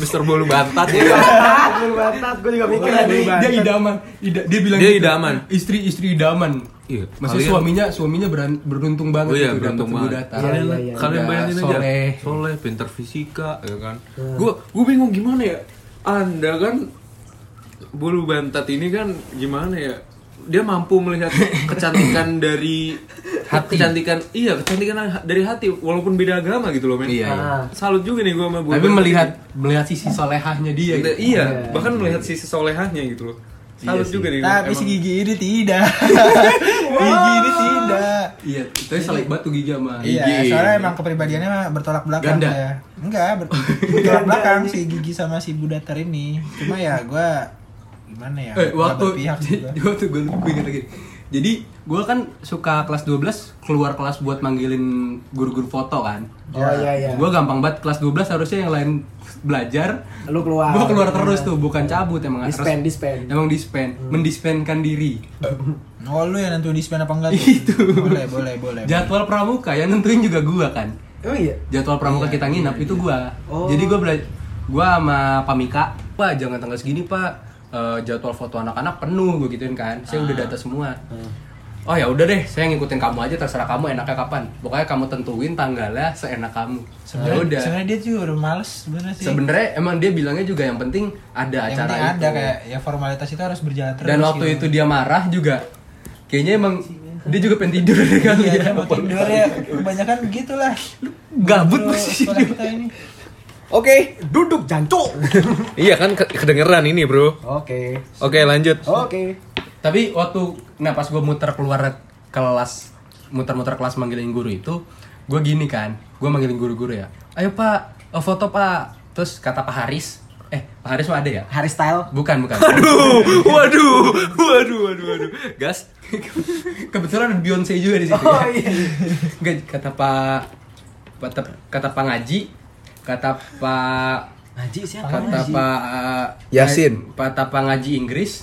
C: Mister Bolu Bantat ya kan?
A: Iya.
D: Bulu batat, gue Ah, juga mikir
A: Dia-
D: tadi.
A: dia idaman Ida- dia bilang
C: Dia
A: gitu,
C: idaman.
A: istri istri idaman
C: Iya,
A: maksudnya
C: kalian-
A: suaminya suaminya beran- beruntung banget
C: Oh iya,
A: gitu
C: beruntung
A: dapet
C: banget.
A: Budata.
C: Kalian,
D: Iya, iya, iya.
C: kalian
A: Udah
C: bayangin aja.
A: soleh. Iya.
C: Soleh, pinter fisika, ya kan. Gua, gua bingung gimana ya. Anda kan bulu bantat ini kan gimana ya? Dia mampu melihat kecantikan dari hati. Kecantikan, iya, kecantikan ha- dari hati walaupun beda agama gitu loh, men.
A: Iya, iya.
C: Ah. Salut juga nih gua sama bulu
A: tapi
C: bantat
A: melihat melihat sisi solehahnya dia
C: ini.
A: gitu.
C: Iya, iya, bahkan melihat sisi solehahnya gitu loh. Salut
A: sih.
C: juga nih. gua.
B: Tapi si
C: Iya, Emang-
B: gigi ini tidak. gigi ini tidak.
A: iya tapi selek batu gigi sama
B: Iya,
C: Gigi.
B: soalnya emang kepribadiannya mah bertolak belakang
A: Ganda.
B: ya. Enggak, ber- bertolak belakang si Gigi sama si Budatar ini. Cuma ya gua gimana ya?
A: eh,
B: gua
A: waktu
B: berpihak sih gua.
A: waktu gue lebih ingat lagi jadi gue kan suka kelas 12 keluar kelas buat manggilin guru-guru foto kan
D: Oh iya iya.
A: Gue gampang banget kelas 12 harusnya yang lain belajar.
D: Lu keluar.
A: Gue keluar terus tuh, bukan cabut emang harus.
D: Dispen, dispen.
A: Emang dispen, mendispenkan diri.
B: Oh, lu yang nentuin dispen apa enggak tuh?
A: Itu.
B: Boleh, boleh, boleh.
A: Jadwal pramuka yang nentuin juga gua kan.
D: Oh iya.
A: Jadwal pramuka kita nginap itu gua.
D: Oh.
A: Jadi gua belajar gua sama Pamika, "Pak, jangan tanggal segini, Pak. Eh, jadwal foto anak-anak penuh gue gituin kan. Saya udah data semua." Oh ya udah deh, saya ngikutin kamu aja terserah kamu enaknya kapan. Pokoknya kamu tentuin tanggalnya seenak kamu. Ya
B: Eh, Sebenarnya
A: udah.
B: sebenarnya dia juga udah males sebenarnya sih.
A: Sebenarnya emang dia bilangnya juga yang penting ada
B: yang
A: acara
B: penting
A: itu.
B: ada kayak ya formalitas itu harus berjalan terus.
A: Dan waktu
B: gitu.
A: itu dia marah juga. Kayaknya emang dia juga pengen tidur kali
B: iya, dia
A: ya.
B: mau tidur ya kebanyakan gitulah.
A: Gabut
B: Guru
A: posisi
B: sekolah
A: dia.
B: kita ini.
D: Oke, duduk jancuk.
C: Iya kan ke- kedengeran ini, Bro.
D: Oke.
B: Oh.
C: Oke, lanjut.
D: Oke.
A: Tapi waktu nah pas gue muter keluar kelas muter-muter kelas manggilin guru itu gue gini kan gue manggilin guru-guru ya ayo pak eh, foto pak terus kata pak Haris eh pak Haris mah ada ya
D: Harry Style
A: bukan bukan aduh waduh waduh waduh waduh gas kebetulan ada Beyonce juga di situ
D: Oh,
A: ya.
D: iya.
A: Nggak, kata pak kata, kata pak ngaji kata pak
D: Haji siapa?
A: kata
D: Haji?
A: pak eh,
F: Yasin.
A: kata pak ngaji Inggris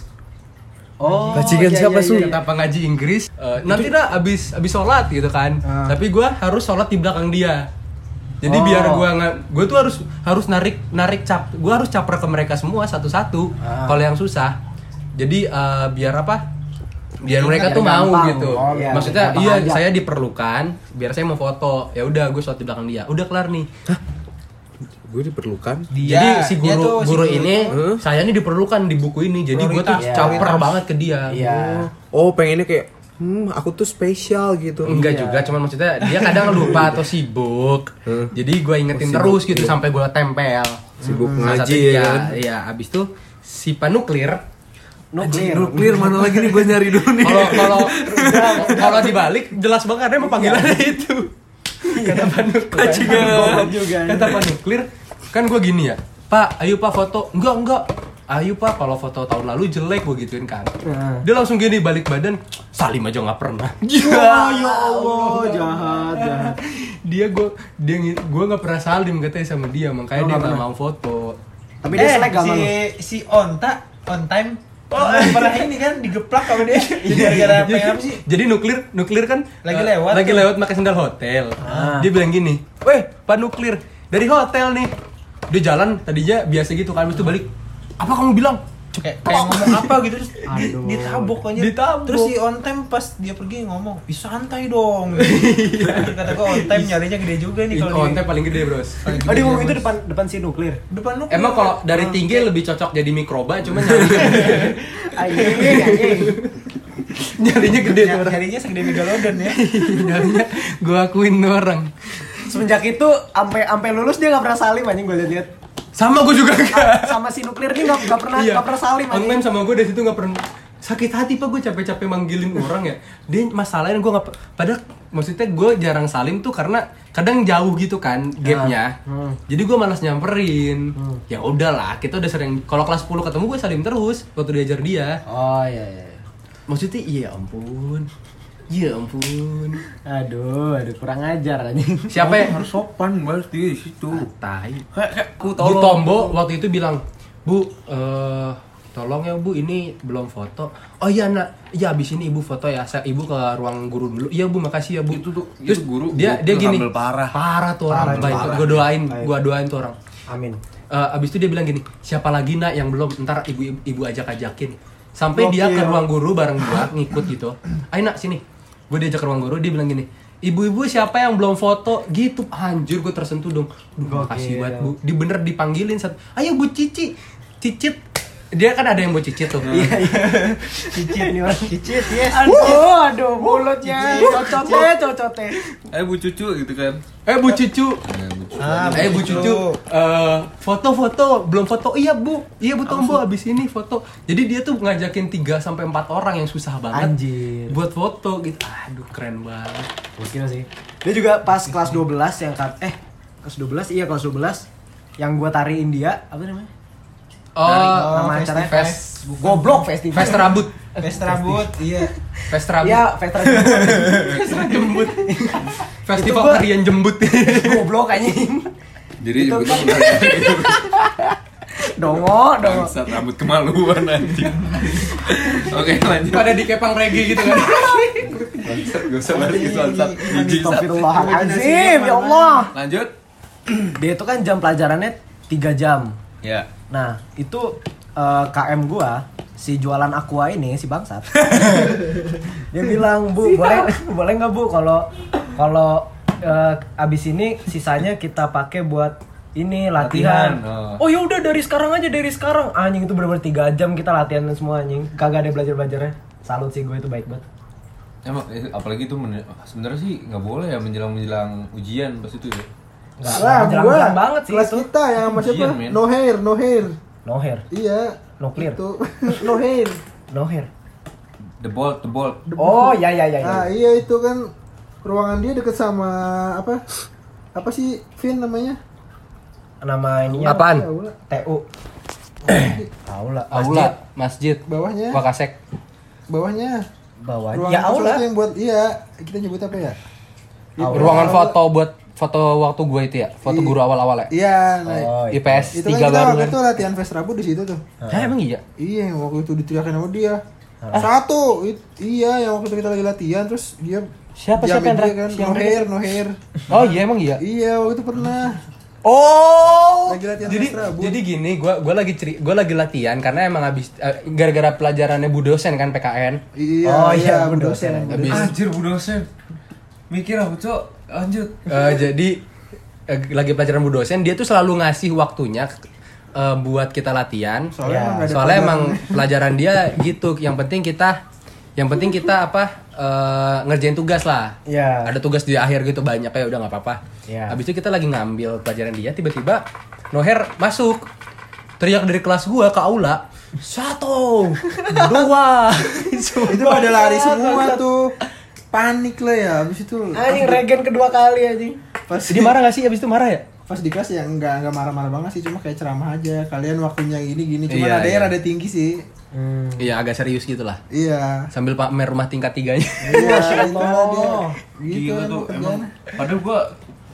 D: Oh,
F: Bajingan
D: iya,
F: siapa,
D: iya,
F: Su?
D: iya.
A: kata pengaji Inggris eh, nanti dah abis abis sholat gitu kan
B: Ah.
A: tapi gua harus sholat di belakang dia jadi
D: Oh.
A: biar gua nggak gue tuh harus harus narik narik cap gue harus caper ke mereka semua satu-satu kalau yang susah jadi eh, biar apa biar mereka tuh mau
D: gampang.
A: gitu
D: Oh, biar
A: maksudnya
D: gampang
A: iya
D: aja.
A: saya diperlukan biar saya mau foto ya udah gue sholat di belakang dia udah kelar nih
F: Gue diperlukan.
B: Dia-
A: jadi si
B: dia
A: guru
B: tuh si
A: guru
B: guru
A: ini
F: itu.
A: saya ini diperlukan di buku ini jadi gue tuh
D: Prioritas,
A: caper
B: prioritas.
A: banget ke dia
D: Iya.
F: Oh pengennya kayak, hmm aku tuh spesial gitu.
A: Enggak
D: Iya.
A: juga, cuman maksudnya dia kadang lupa atau sibuk. Jadi gue ingetin terus gitu sampai gue tempel.
F: Oh, Sibuk
A: Salah
F: ngaji
A: satu-
F: ya kan?
A: Iya, abis itu si panuklir
D: Nuklir.
F: Nuklir mana lagi nih gue nyari dulu nih.
A: kalau kalau kalau dibalik jelas banget karena emang panggilannya itu. Kata panuklir.
D: Bohong Iya. juga.
A: Kata panuklir kan gue gini ya. Pak, ayo Pak foto. Enggak, enggak. Ayo Pak, kalau foto tahun lalu jelek gue gituin kan.
D: Heeh.
A: Dia langsung gini balik badan. Salim aja nggak pernah.
D: Oh, ya Allah, jahat, jahat.
A: dia gue dia ngi- gua nggak pernah salim katanya sama dia makanya
B: Oh,
A: dia nggak mau foto
D: Tapi dia selek gak
B: Eh, si,
D: malu.
B: si Onta on time pernah-
A: Iya.
B: pernah ini kan digeplak sama dia Jadi Iya, gara-gara pengen apa sih
A: jadi nuklir nuklir kan
B: Lagi
A: eh,
B: lewat
A: lagi
B: tuh. Ah.
A: lewat pakai sendal hotel dia bilang gini weh pak nuklir dari hotel nih dia jalan tadinya biasa gitu kan habis itu balik apa kamu bilang
B: kayak kayak ngomong apa gitu terus di-
D: Aduh.
B: ditabok aja
A: Iya. Ditabok.
B: terus si on time pas dia pergi ngomong ih santai dong Gitu.
A: Iya.
B: kata gua on time nyarinya gede juga
A: Ih,
B: nih kalau di-
A: konten paling oh, gede bros
B: paling gede
D: Oh, dia ngomong
B: dia, Ah.
D: itu
B: Mas.
D: depan depan si nuklir.
B: depan lu
A: emang kalau dari tinggi lebih cocok jadi mikroba cuman nyarinya
D: Anjing, anjing.
A: nyarinya gede tuh orang
B: nyarinya segede megalodon ya
A: nyarinya gue akuin tuh orang
D: Semenjak itu sampai sampai lulus dia gak pernah salim anjing gue lihat-lihat.
A: sama gue juga kan
D: Sama si nuklir ini gak, gak pernah gak pernah salim anjing.
A: Online Iya. sama gue dari situ nggak pernah sakit hati pak gue capek-capek manggilin orang ya dia masalahin gue nggak pe- padahal maksudnya gue jarang salim tuh karena kadang jauh gitu kan gapnya
D: Ah, hmm.
A: jadi gue malas nyamperin ya udahlah kita udah sering kalau kelas 10 ketemu gue salim terus waktu diajar dia
D: Oh, iya iya.
A: maksudnya iya ampun iya ampun
D: Aduh, aduh kurang ajar anjing.
A: siapa ya? yang
F: harus sopan banget dia di situ.
A: tai
F: Aku
A: Bu Tombo waktu itu bilang, Bu, eh, tolong ya Bu, ini belum foto. Oh iya nak, ya abis ini ibu foto ya. Saya ibu ke ruang guru dulu. Iya Bu, makasih ya Bu.
C: Itu tuh- itu
A: Terus
C: guru
A: dia
C: gokil,
A: dia gini.
C: humble parah.
A: Parah tuh orang. Baik, gue doain, gue doain tuh orang.
D: Amin.
A: Eh, abis itu dia bilang gini, siapa lagi nak yang belum? Ntar ibu ibu ajak ajakin. Sampai dia ke ruang guru bareng gua ngikut gitu. Ayo nak sini. Gue diajak ke ruang guru, dia bilang gini, ibu-ibu siapa yang belum foto gitu anjir gue tersentuh dong Duh, makasih banget bu di bener dipanggilin satu ayo bu cici cicit dia kan ada yang mau cicit tuh
D: Cicit nih orang. Cicit, yes. Aduh, aduh mulutnya cocote, cocote.
C: Eh bu cucu gitu kan.
A: eh bu cucu
C: Eh, Bu Cucu.
B: ah,
A: eh bu cucu eh, foto foto belum foto iya bu iya bu tombo abis ini foto jadi dia tuh ngajakin 3 sampai empat orang yang susah banget
D: Anjir.
A: buat foto gitu aduh keren banget
D: Gokil sih. Dia juga pas kelas 12 yang kat eh kelas 12 iya kelas 12 yang gua tari India apa namanya?
A: oh
D: Nama
B: Festival.
D: acaranya Goblok festival.
A: fest rambut
B: Pesta rambut, iya.
A: fest rambut
C: Ya.
D: Iya, festival
A: Festa jembut festival
D: Itu gua-
A: tarian jembut
D: goblok anjing.
C: Jadi ibu
D: Itu kan-
C: tuh
D: Dongo, dongo.
C: bangsat rambut kemaluan nanti. Oke lanjut.
A: pada di kepang reggae gitu kan
C: Bangsat gak usah balik ke soal sat. Jijik, Sat.
D: Astagfirullahalazim, ya Allah.
C: Lanjut.
D: Dia itu kan jam pelajarannya 3 jam.
C: Ya.
D: Nah, itu eh, KM gua si jualan aqua ini si bangsat. Dia bilang, "Bu, boleh boleh nggak Bu kalau kalau eh, abis ini sisanya kita pakai buat ini latihan."
C: Latihan,
D: Oh, ya udah dari sekarang aja, dari sekarang. Anjing itu benar-benar 3 jam kita latihan semua anjing. Kagak ada belajar-belajarnya. Salut sih gue itu baik banget.
C: Emang eh, apalagi itu men- sebenarnya sih nggak boleh ya menjelang menjelang ujian pas itu ya.
D: Enggak menjelang-jelang banget sih
G: kelas
D: itu.
G: kita yang sama
A: Iya,
G: siapa?
C: Ujian, men.
G: No hair, no hair.
D: No hair,
G: Iya.
D: Nuklir.
G: Itu no hair.
D: no hair.
C: The bolt, the bolt.
A: Iya,
E: iya,
B: Nah,
D: Oh, ya ya ya. ya.
G: Ah, iya itu kan
B: ruangan dia deket sama apa? Apa sih Vin namanya?
E: Nama ininya
H: Apaan?
B: Aula.
E: TU. Aula.
A: Aula, masjid,
B: Bawahnya,
A: Wakasek.
B: bawahnya.
E: Bawah.
B: Ruangan
E: Ya
B: khusus
E: aula.
B: tuh Yang buat iya, kita nyebut apa ya?
C: Iya.
E: Aula.
A: Ruangan foto buat foto waktu gua itu ya, foto guru awal-awal ya.
B: Iya, nah.
E: Oh, iya.
A: IPS
B: itu
A: 3
B: kan kita
A: baru
B: waktu
A: kan.
B: itu latihan fest Rabu di situ tuh.
A: Hah, emang iya?
B: Iya, yang waktu itu diteriakin sama dia.
A: Ah.
B: Satu, i- iya yang waktu itu kita lagi latihan terus dia
A: Siapa- siapa
B: jamin
A: yang
B: dia
A: ra-
B: kan?
A: siapa
B: no hair, no hair.
A: Oh iya emang iya.
B: iya, waktu itu pernah.
A: Oh.
B: Lagi latihan
A: jadi
B: sastra, Bu.
A: jadi gini, gua gua lagi ceri, gua lagi latihan karena emang habis eh, gara-gara pelajarannya Bu dosen kan PKN.
B: Iya,
E: Oh, iya,
B: Bu
E: Bu
B: dosen.
E: dosen.
B: Bu
A: Habis
I: Anjir bu dosen. Mikir aku cok. Lanjut.
A: Eh, jadi eh, lagi pelajaran bu dosen dia tuh selalu ngasih waktunya eh, buat kita latihan.
B: Soalnya emang nggak ada
A: Soalnya emang pelajaran dia gitu. Yang penting kita, yang penting kita apa eh, ngerjain tugas lah.
B: Ya.
E: Iya.
A: Ada tugas di akhir gitu banyak kayak udah nggak apa-apa.
E: Iya.
A: Habis itu kita lagi ngambil pelajaran dia tiba-tiba Noher masuk teriak dari kelas gua ke aula satu dua
B: itu pada lari semua tuh panik lah ya abis itu
E: Anjing regen kedua kali anjing.
B: pas
A: Jadi marah gak sih abis itu marah ya?
B: pas di kelas ya nggak nggak marah-marah banget sih cuma kayak ceramah aja kalian waktunya gini gini cuma
A: Iya,
B: ada yang
A: iya.
B: ada tinggi sih
A: Iya agak serius gitu lah
B: iya
A: sambil pamer rumah tingkat tiganya.
B: iya
A: Iya
B: itu dia gitu
I: Gila
B: kan
I: tuh emang.
B: pekerjaan
I: Padahal gua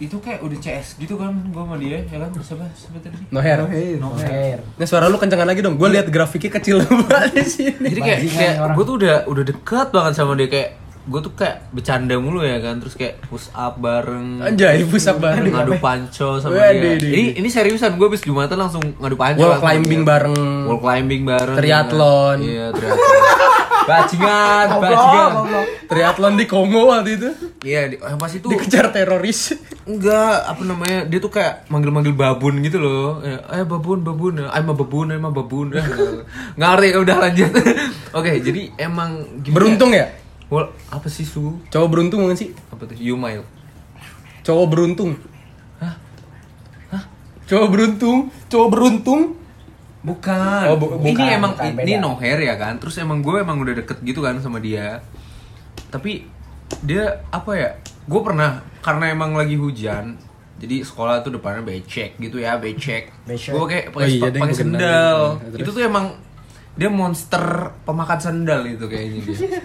I: itu kayak udah CS gitu kan gua sama dia ya kan siapa siapa tadi
A: Noher.
B: Oh, Hey,
I: No hair.
E: Air.
A: Nah suara lu kencengan lagi dong. Gue lihat grafiknya kecil banget di sini.
C: Nah, jadi kayak kayak gue tuh udah udah dekat banget sama dia kayak gue tuh kayak bercanda mulu ya kan terus kayak push up bareng
A: Anjay, pusat
C: bareng
A: banget.
C: ngadu panco sama
A: Waduh,
C: dia
A: waduh,
C: ini ini seriusan gue abis jumatan langsung ngadu panco
A: Wall
C: langsung
A: climbing
C: dia.
A: bareng.
C: wall climbing bareng
A: Triathlon.
C: iya triathlon bajingan bajingan
A: Triathlon di Kongo waktu itu
C: iya di- eh, pas itu
A: dikejar teroris.
C: enggak apa namanya dia tuh kayak manggil-manggil babun gitu loh eh "Eh, babun babun eh mah babun eh mah babun Eh, ngerti ya udah lanjut oke jadi emang gimana
A: Beruntung ya?
C: Wal- apa sih su
A: Cowok beruntung bukan sih?
C: apa tuh Yumail
A: Cowok beruntung. Hah? Hah? Cowok beruntung, cowok beruntung.
C: bukan,
A: Oh, bu-
C: ini
A: bukan,
C: emang
E: bukan,
C: ini
E: beda.
C: no hair ya kan terus emang gue emang udah deket gitu kan sama dia tapi dia apa ya gue pernah karena emang lagi hujan jadi sekolah tuh depannya becek gitu ya becek
E: Becek.
C: gue pakai Eh, pakai
A: Oh iya,
C: spa-
A: dia yang
C: pakai
A: bergenang.
C: sendal
A: Iya, terus?
C: itu tuh emang dia monster pemakan sendal itu kayaknya dia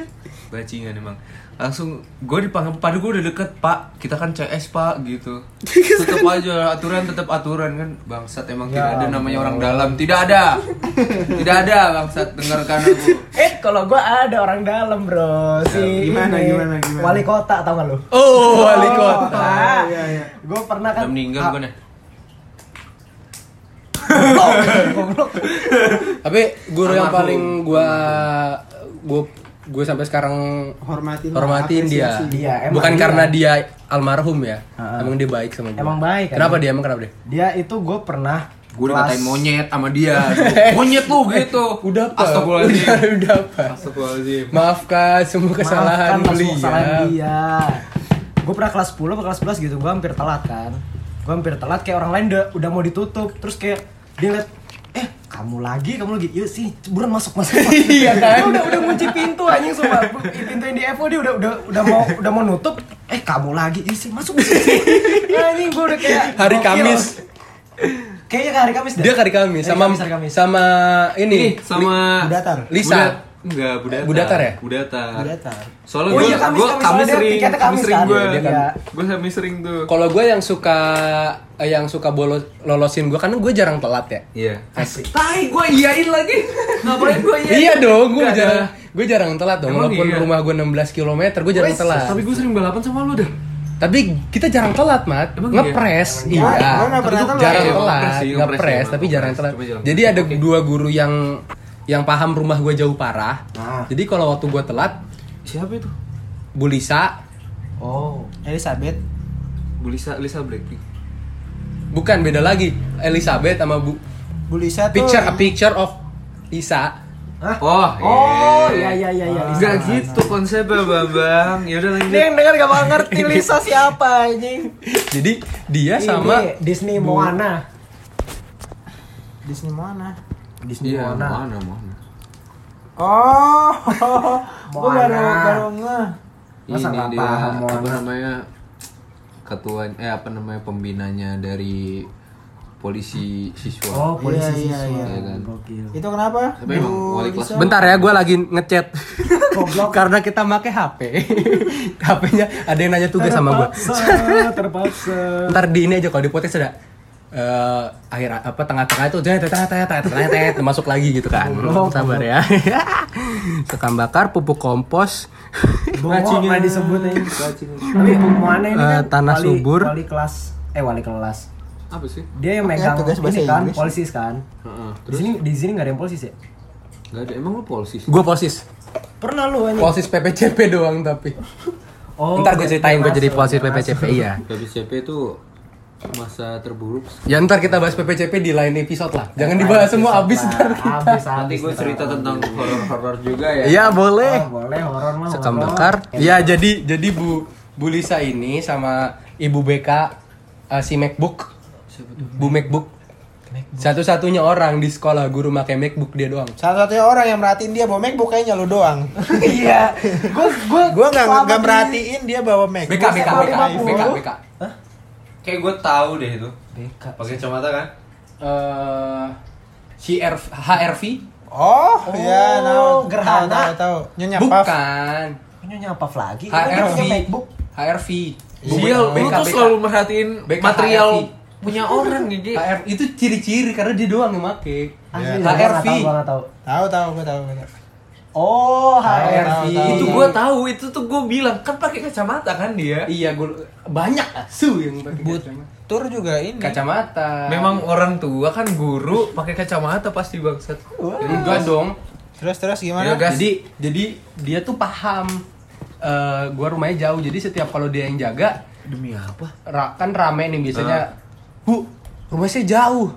C: bacingan emang langsung gue dipanggil padahal gue udah deket pak kita kan CS pak gitu tetap aja aturan tetap aturan kan bangsat emang
A: Ya
C: tidak ada namanya orang dalam tidak ada tidak ada bangsat dengarkan aku
E: Eh kalau gua ada orang dalam bro si
B: gimana,
E: ini,
B: gimana, gimana?
E: wali kota tau gak lu?
A: Oh, wali kota.
E: Ah,
B: iya, iya.
E: Gua pernah
C: udah
E: kan
C: meninggal
E: Ah,
C: bukan ya
A: Tapi guru yang paling gua gua gue sampai sekarang
B: hormatin lah,
A: hormatin dia.
B: apresiasi.
E: Iya, emang
A: Bukan
E: dia.
A: karena dia almarhum ya.
E: Ha-ha.
A: Emang dia baik sama gua.
E: Emang baik, kan?
A: Kenapa dia emang kenapa dia?
E: Dia itu gua pernah
C: gue udah
E: kelas-
C: katain monyet sama dia monyet lu gitu
A: Oh, Udah apa?
C: astagfirullahaladzim
A: Udah, udah apa?
C: astagfirullahaladzim
A: Maafkan semua kesalahan Ya.
E: Maafkan lah semua kesalahan
A: beliau.
E: dia. Gue pernah kelas 10 atau kelas 11 gitu, gue hampir telat kan. Gue hampir telat kayak orang lain udah, udah mau ditutup, terus kayak dia liat, eh kamu lagi, kamu lagi, yuk sih, buruan masuk masuk. Iya kan? udah udah kunci pintu anjing semua, pintu yang di FO dia udah udah udah mau udah mau nutup, eh kamu lagi, yuk sih masuk masuk. anjing gue udah kayak
A: Hari
E: gokil.
A: Kamis.
E: Kayaknya hari Kamis deh.
A: Dia hari Kamis
C: Eh,
E: Hari
A: sama
E: hari Kamis.
A: sama
C: Ih,
A: ini
C: sama
E: Budatar.
A: Lisa.
C: Budat- enggak budatar
A: Budatar ya?
C: budatar
E: Budatar.
C: soalnya
E: Oh
C: gue
E: iya, Kamis,
C: gue
E: Kamis.
C: kami
E: Soalnya dia
C: sering
E: tiketnya
C: kami
E: Kamis
C: sering
E: kan?
C: gue
E: Iya, dia kan.
C: gue kami sering tuh
A: Kalau gue yang suka eh, yang suka bolos lolosin gue karena gue jarang telat ya.
C: iya asik tai gue iyain lagi ngapain gue iyain
A: Iya dong, gue
C: Enggak
A: jarang
C: ada.
A: gue jarang telat dong.
C: Emang
A: Walaupun
C: iya?
A: rumah gue 16 km, gue jarang
C: Wes,
A: telat.
C: tapi gue sering balapan sama lu dah
A: Tapi kita jarang telat, Mat.
C: Emang
A: Ngepres,
B: iya?
A: iya.
B: Gua nggak pernah
A: Tapi
B: telat.
A: jarang
C: Iya,
A: telat,
C: ngepres sih, ngepres
A: ngepres,
C: sih,
A: tapi
C: ngepres.
A: jarang telat.
C: Tapi jarang
A: Jadi
C: telat.
A: ada
C: Oke.
A: dua guru yang yang paham rumah gue jauh parah. Jadi kalau waktu gue telat,
C: siapa itu
A: Bu Lisa,
E: Oh,
B: Elizabeth
C: Bu Lisa Lisa Blackpink
A: bukan beda lagi, Elizabeth sama Bu
B: Bulisa tuh
A: Picture a picture of Lisa.
C: oh
E: oh iya iya iya iya.
C: Enggak gitu konsepnya Bambang. Ya udah
E: Ini
C: lanjut.
E: yang denger gak bakal ngerti Lisa siapa ini.
A: Jadi dia
E: Iya,
A: sama
E: Ini Disney Moana.
B: Disney mana
E: Disney
C: Iya,
E: Moana.
C: mana mana.
B: oh gua baru
E: Moana.
B: baru ngeh
E: Masa nggak
C: dia,
E: paham, Mon?
C: apa namanya ketua eh apa namanya pembinanya dari polisi siswa. kan?
E: Oh, polisi
B: Iya, iya,
E: siswa.
B: iya.
E: Iya, Gokil.
B: Itu kenapa?
C: Tapi emang
B: Bu
C: wali
B: Lisa?
C: kelas
A: Bentar ya, gue lagi ngechat. Karena kita make HP. HP-nya ada yang nanya tugas sama gue.
E: Terpaksa, terpaksa.
A: Ntar di ini aja kalau di podcast ada eh akhir apa tengah-tengah itu jangan tengah tengah tengah tengah tengah masuk lagi gitu kan sabar ya sekam bakar pupuk kompos
E: Bongok nggak disebut aja. Tapi mana ini
A: Eh,
E: kan
A: tanah
E: wali-
A: subur.
E: Wali kelas, eh wali kelas.
C: apa sih?
E: Dia yang
B: Oke,
E: megang
B: tugas bahasa
E: ini kan,
B: Inggris.
E: polsis kan.
C: Heeh.
E: Di sini di sini nggak ada yang polsis ya?
C: Gak ada. Emang lu polisi?
A: gue polsis
E: Pernah lu aja.
A: polsis PPCP doang tapi
E: Oh,
A: ntar gue ceritain gue jadi
E: masuk,
A: polsis
E: masuk.
A: PPCP iya
C: Habis CP itu masa terburuk.
A: ya ntar kita bahas PPCP di lain episode lah jangan dibahas semua abis ntar
C: Nanti
E: Habis, habis.
C: gue cerita tentang horor-horor juga ya.
A: iya
B: Eh,
E: Oh,
A: boleh
E: boleh horor mah.
A: sekam
E: horor. Eh,
A: bakar ya jadi jadi bu bu Lisa ini sama ibu BK eh, si MacBook bu MacBook satu-satunya orang di sekolah guru pakai MacBook dia doang
B: Satu-satunya orang yang merhatiin dia bawa MacBook kayaknya lu doang.
E: Iya. Gue gue
B: Gua nggak nggak merhatiin dia bawa MacBook.
A: BK BK BK BK BK
C: Kayak gue tahu deh itu. Pakai kacamata kan?
A: Eh, si R HRV
B: Oh, iya, nah, tahu,
E: gerhana.
B: tahu, tahu. Nyonya Puff.
A: bukan
E: punya apa lagi?
A: HRV
E: kan Punya MacBook.
A: HRV
C: Iya. Lu tuh selalu merhatiin
A: BK,
C: material
A: HRV.
C: punya orang jadi
A: HRV itu ciri-ciri karena dia doang yang make
E: Asli, gua nggak
A: HRV
E: tahu, gua nggak tahu.
B: Tahu, tahu, gua tahu, gua tahu.
E: Oh,
B: Tahu,
E: HRV.
B: tahu, tahu.
C: itu gue tahu itu tuh gue bilang kan pakai kacamata kan dia
A: iya gue banyak asu yang pakai kacamata.
B: Tur juga ini.
A: kacamata
C: memang orang tua kan guru pakai kacamata pasti bangsat
A: enggak dong
B: Terus terus
C: Ya,
B: gimana?
C: guys.
A: jadi jadi dia tuh paham Eh, gua rumahnya jauh jadi setiap kalau dia yang jaga
C: demi apa
A: ra- kan rame nih biasanya bu rumah saya jauh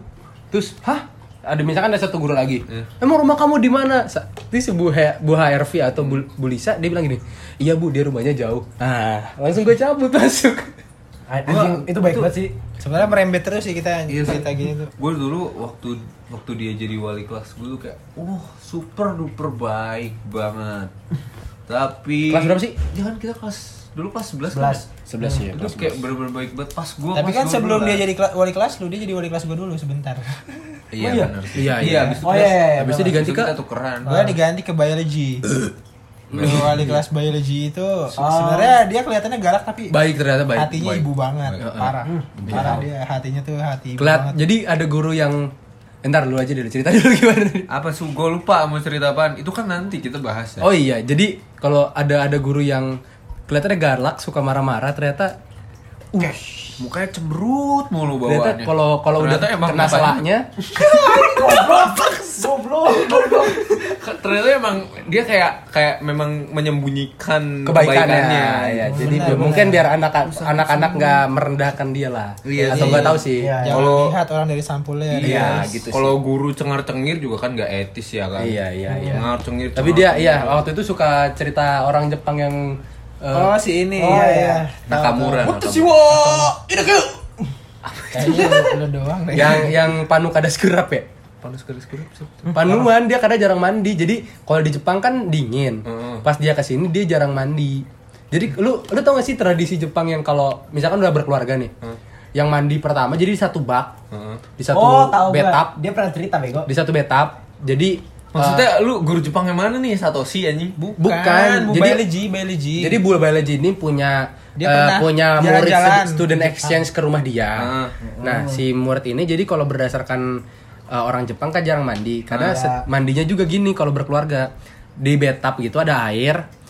A: terus hah ada misalkan ada satu guru lagi emang rumah kamu di mana Sa- terus bu H- bu HRV atau bu, Bu Lisa dia bilang gini iya bu dia rumahnya jauh
D: 哎
A: ah langsung gue cabut masuk
E: Anjing, itu baik banget sih.
B: Sebenarnya merembet terus sih kita
C: Iya, sih.
B: cerita gini tuh.
C: gue dulu waktu waktu dia jadi wali kelas gue tuh kayak wah super duper baik banget tapi
A: Kelas berapa sih?
C: jangan kita kelas dulu kelas kan 11
E: 11.
A: sebelas ya
C: terus kayak bener-bener baik banget pas gue
B: Tapi kan sebelum dia jadi kela- wali kelas lu, dia jadi wali kelas gua dulu sebentar.
C: iya
A: iya?
C: bener sih.
A: Iya, iya.
C: abis itu
E: Oh,
C: kelas-
E: iya, iya,
C: abis itu
A: bener.
C: diganti
A: Abis itu
C: ke
A: kita
C: tukeran
B: Gua diganti ke biology. Dulu wali kelas biology itu sebenarnya dia kelihatannya galak tapi
A: baik ternyata baik
B: hatinya
A: Baik.
B: ibu banget,
A: Baik.
B: parah. Parah dia hatinya tuh hati ibu
A: Kelihat,
B: banget.
A: jadi ada guru yang entar lu aja dulu cerita dulu gimana tadi.
C: apa su gue lupa mau cerita apaan itu kan nanti kita bahas ya
A: Oh iya, jadi kalau ada ada guru yang kelihatannya galak, suka marah-marah, ternyata uh,
C: mukanya cemberut mulu
A: ternyata
C: bawaannya
A: kalau kalau udah
C: Ternyata emang
A: kena
C: bapaknya-
A: salahnya,
E: Goblok.
C: ternyata emang dia kayak kayak memang menyembunyikan
A: kebaikannya. Iya,
C: Gitu.
A: jadi
B: Benar,
A: mungkin biar anak anak-anak nggak merendahkan dia lah.
C: Iya,
A: Atau
C: iya,
A: nggak
C: iya.
A: tahu sih.
E: Iya.
B: Jangan
C: Kalau-
B: lihat orang dari sampulnya.
A: Iya,
C: Iya,
A: gitu
C: gitu
A: sih.
C: Kalau guru cengar-cengir juga kan nggak etis ya kan?
A: Iya, iya, iya.
C: Cengar cengir.
A: Tapi dia iya waktu itu suka cerita orang Jepang yang
B: Oh,
A: eh,
B: si ini.
E: Oh,
B: iya,
E: iya.
B: iya.
C: Nah, nakamura. nakamura.
B: Kayaknya Iya, lu- lu doang deh.
A: yang yang panu kada sekerap ya. Panuan dia karena jarang mandi. Jadi kalau di Jepang kan dingin. Pas dia ke sini dia jarang mandi. Jadi lu lu tau gak sih tradisi Jepang yang kalau misalkan udah berkeluarga nih. Yang mandi pertama jadi di satu bak. Di satu
E: Oh, tahu gua.
A: bathtub,
E: Dia pernah cerita bego.
A: di satu bathtub. Jadi
C: Maksudnya lu guru Jepang yang mana nih Satoshi anjing? Bu.
A: bukan.
B: Bu
A: Jadi-
B: biology, biology.
A: Jadi Bu Biology ini punya
B: Dia
A: eh,
B: pernah
A: punya murid
B: jalan-jalan. Oh.
A: stud- student exchange ke rumah dia.
C: Ah.
A: Nah, si murid ini jadi kalau berdasarkan eh, orang Jepang kan jarang mandi
B: Ah.
A: karena se- mandinya juga gini kalau berkeluarga di bathtub gitu ada air.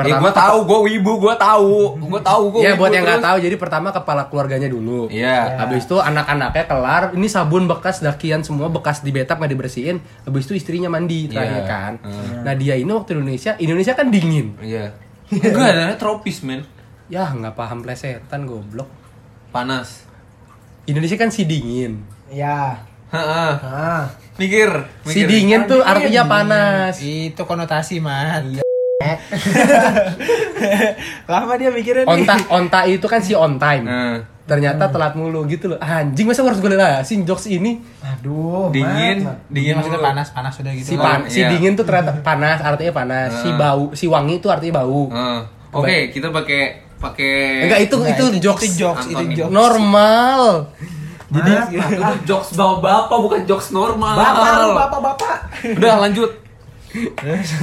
C: Ya gua tahu, gua wibu, gua tahu. Gua tahu gua.
A: Ya
C: wibu
A: buat yang nggak
C: terus.
A: tahu, jadi pertama kepala keluarganya dulu.
C: Iya.
A: Habis itu anak-anaknya kelar, ini sabun bekas dakian semua bekas di bathtub nggak dibersihin. Habis itu istrinya mandi terakhir
C: Iya.
A: kan. Nah dia ini waktu Indonesia, Indonesia kan dingin.
C: Iya. Enggak ada tropis, men.
A: Yah nggak paham plesetan goblok.
C: Panas.
A: Indonesia kan si dingin.
E: Ya.
C: Heeh.
E: Ah.
C: Mikir,
A: Si
C: mikir.
A: dingin tuh artinya panas.
B: Itu konotasi, Man. Lama dia mikirin nih.
A: Onta onta itu kan si on time.
C: Nah,
A: Ternyata telat mulu gitu loh. Anjing masa gua harus gue jelasin jokes ini.
E: Aduh,
C: dingin,
E: Mat.
C: dingin
B: maksudnya
C: mulu.
B: panas, panas udah gitu.
A: Si
B: lah.
A: pan, si
C: Iya.
A: dingin tuh ternyata panas artinya panas. Si bau, si wangi itu artinya bau.
C: Heeh. Oke, kita pakai pakai
J: Enggak itu itu jokes.
B: Itu jokes, itu
C: Antonin.
B: jokes.
J: Normal.
B: Jadi
C: Itu jokes bapak-bapak bukan jokes normal.
E: Bapak, lu bapak-bapak.
C: Udah lanjut.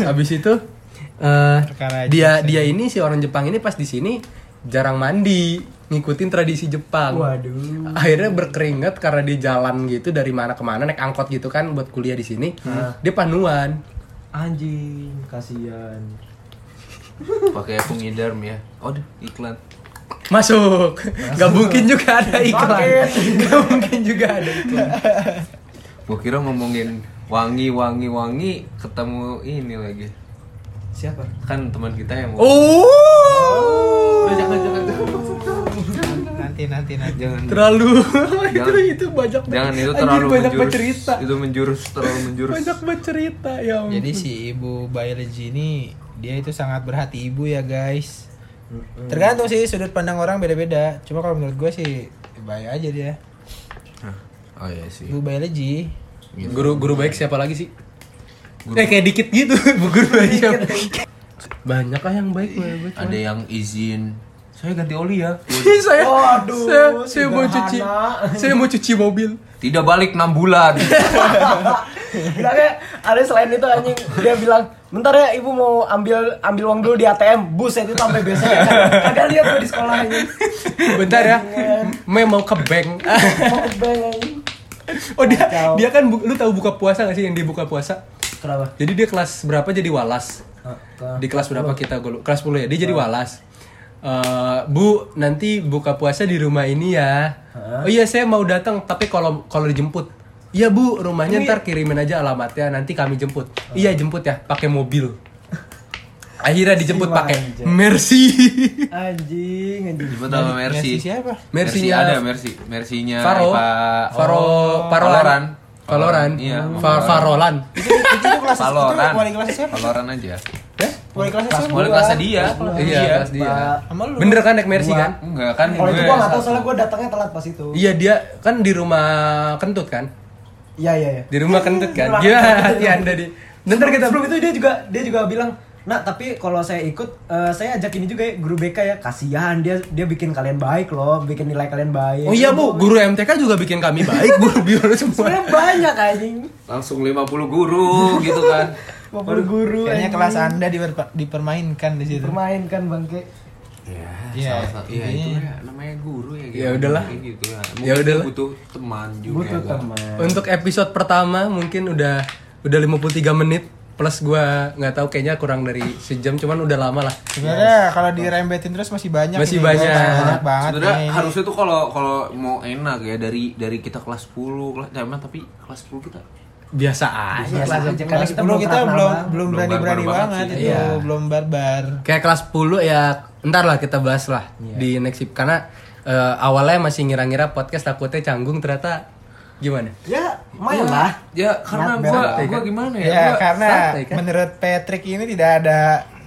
A: Habis itu eh,
B: Perkara
A: dia dia ini si orang Jepang ini pas di sini jarang mandi, ngikutin tradisi Jepang.
E: Waduh.
A: Akhirnya berkeringat karena dia jalan gitu dari mana ke mana naik angkot gitu kan buat kuliah di sini. Dia panuan.
E: Anjing, kasihan.
C: Pakai pengidarm ya. Oh, ada iklan.
A: Masuk. Gak mungkin juga ada iklan. Gak mungkin juga ada iklan.
C: Gua kira ngomongin wangi wangi wangi ketemu ini lagi. Siapa? Kan teman kita yang mau.
A: Oh.
C: Udah, jangan jangan jangan.
B: nanti nanti nanti.
C: Jangan.
A: Terlalu itu
C: Jangan.
A: itu banyak
C: Jangan itu
A: Anjir,
C: terlalu
A: banyak
C: menjurus.
A: bercerita.
C: Itu menjurus terlalu menjurus.
A: Banyak bercerita ya. ampun.
B: Jadi si ibu biologi ini dia itu sangat berhati ibu ya guys. Tergantung sih sudut pandang orang beda-beda. Cuma kalau menurut gue sih baik aja dia.
C: Oh iya sih.
B: Ibu biologi.
E: Gitu.
A: Guru guru baik siapa lagi sih? Eh kayak dikit gitu bu guru baik siapa? Banyak lah yang baik
E: Iya.
A: menurut gue.
C: Ada yang izin. Saya ganti oli ya.
A: Ih, saya,
E: Waduh,
A: saya, saya mau
E: sederhana.
A: cuci, saya mau cuci mobil.
C: Tidak balik 6 bulan.
E: Enggak kayak ada selain itu anjing dia bilang, "Bentar ya, Ibu mau ambil ambil uang dulu di ATM." Buset itu sampai besok. ya. Kagak lihat gua di sekolah anjing.
A: Bentar
E: Iya.
A: ya, Mem mau ke bank.
E: Mau ke bank, anjing.
A: Oh dia,
E: Kacau.
A: dia kan bu- lu tahu buka puasa gak sih yang dia buka puasa?
E: Kenapa?
A: Jadi dia kelas berapa jadi walas?
E: ke-
A: Di kelas berapa kita gue kelas 10 ya. Dia jadi walas. Eh, bu, nanti buka puasa di rumah ini ya. Oh iya, saya mau datang tapi kalau kalau dijemput. Iya, Bu, rumahnya ntar kirimin aja alamatnya, nanti kami jemput. Iya, jemput ya, pakai mobil. Akhirnya dijemput pakai
E: Siwanjak.
A: Mercy.
E: Anjing, anjing.
C: Jemput sama Mercy.
B: siapa?
C: Mercy
A: Mercy-nya-
C: ada Mercy. Mercy-nya
A: Faro,
C: Ipa
A: Faro,
C: Valoran.
A: Parolan. Oh, Valoran.
C: Iya,
A: Fa- Farolan.
B: Itu kelas itu
C: Valoran.
B: wali kelas siapa?
C: Valoran aja.
B: Wali Eh? kelas siapa?
C: Mulai kelas dia.
A: Iya, kelas dia.
B: Sama lu.
A: Bener kan naik Mercy kan?
C: Enggak kan
E: Kalau itu gua enggak tahu
C: satu.
E: soalnya gua datangnya telat pas itu.
A: Iya dia kan di rumah kentut kan?
E: Iya, iya, iya.
A: Di rumah kentut kan?
E: Rumah
A: Gimana
E: kentut,
A: hati
E: iya.
A: anda di? Nanti kita
E: sebelum itu dia juga dia juga bilang Nah, tapi kalau saya ikut, eh, saya ajak ini juga ya, guru BK ya. Kasihan dia dia bikin kalian baik loh, bikin nilai kalian baik.
A: Oh iya bu, guru MTK juga bikin kami baik, guru biolo semua.
E: Sebenarnya banyak anjing.
C: Langsung 50 guru gitu kan.
E: Mau guru
B: Kayaknya
E: anjing.
B: kelas Anda diperpa- dipermainkan di situ.
E: permainkan bangke.
C: Iya,
B: Iya,
C: salah satu- iya,
B: intinya.
C: itu ya namanya guru ya gitu.
A: Ya udahlah.
C: Kayak gitu ya.
A: Ya
C: Mungkin
A: udahlah.
C: Butuh teman juga.
E: Butuh
C: kan.
E: teman.
A: Untuk episode pertama mungkin udah udah 53 menit plus gua nggak tahu kayaknya kurang dari sejam cuman udah lama lah.
B: Sebenarnya kalau dirembetin terus masih banyak.
A: Masih
B: nih,
A: banyak.
B: guys. banyak banget.
C: Nah, Sebenarnya
B: nih.
C: harusnya tuh kalau kalau mau enak ya dari dari kita kelas 10 kelas ya, emang tapi kelas 10 kita
A: Biasa
E: Iya,
A: aja.
E: lah,
B: Kelas
E: aja. Karena
B: 10 kita belum
E: terkenal banget.
B: belum
C: Belum
B: berani-berani
C: barbar banget
B: banget
C: sih.
B: itu,
A: Iya.
B: belum barbar.
A: Kayak kelas 10 ya ntar lah kita bahas lah di next week. karena eh, awalnya masih ngira-ngira podcast takutnya canggung ternyata gimana?
E: Ya, main lah.
C: ya karena
E: Nah,
C: gua
A: santai,
C: gua
A: kan?
C: gimana ya?
B: Ya,
C: Gua-
B: karena
A: santai, kan?
B: menurut Patrick ini tidak ada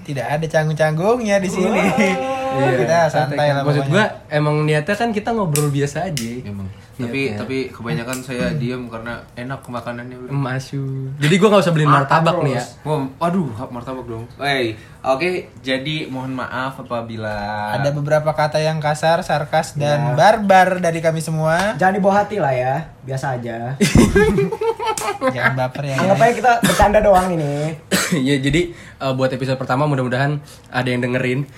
B: tidak ada canggung-canggungnya di sini.
A: Oh,
B: Ya, kita santai lah
A: Iya, kan. Maksud
B: pokoknya.
A: gua emang niatnya kan kita ngobrol biasa aja.
C: Emang. Tapi tapi kebanyakan saya diam karena enak makanannya.
A: Masuk. Jadi gua nggak usah beliin martabak nih ya.
C: Wah, aduh, martabak dong. Wey, oke, jadi mohon maaf apabila
B: ada beberapa kata yang kasar,
A: Iya.
B: sarkas dan barbar dari kami semua.
E: Jangan dibawa hati lah ya, biasa aja.
B: Jangan baper ya.
E: Anggap aja kita bercanda doang ini.
A: ya jadi eh, buat episode pertama mudah-mudahan ada yang dengerin.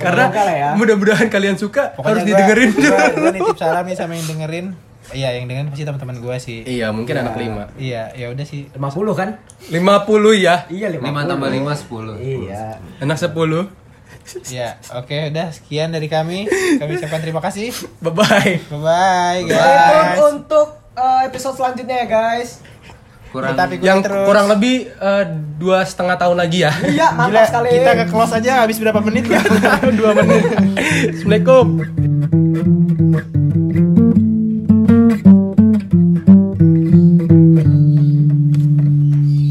A: Karena
E: Semoga lah ya.
A: mudah-mudahan kalian suka harus
B: gua-
A: didengerin.
B: Gua, gua nitip salam nih sama yang dengerin. Iya, yang dengerin pasti teman-teman gua sih.
A: iya, mungkin anak lima.
B: Iya, ya udah sih.
E: 50 kan?
A: 50 ya.
E: Iya, 50.
C: 5 tambah 5 10.
E: Iya.
A: Anak 10.
B: Ya, oke udah sekian dari kami. Kami ucapkan terima kasih.
A: Bye bye.
B: Bye bye
E: Stay
B: guys.
E: tune untuk eh, episode selanjutnya ya guys.
C: Kurang
B: Tetap ikuti
A: Yang
B: terus.
A: kurang lebih eh, dua setengah tahun lagi ya.
E: Iya,
B: Gila,
E: mantap sekali.
B: kita ke close aja habis berapa menit ya?
A: Dua menit. Assalamualaikum.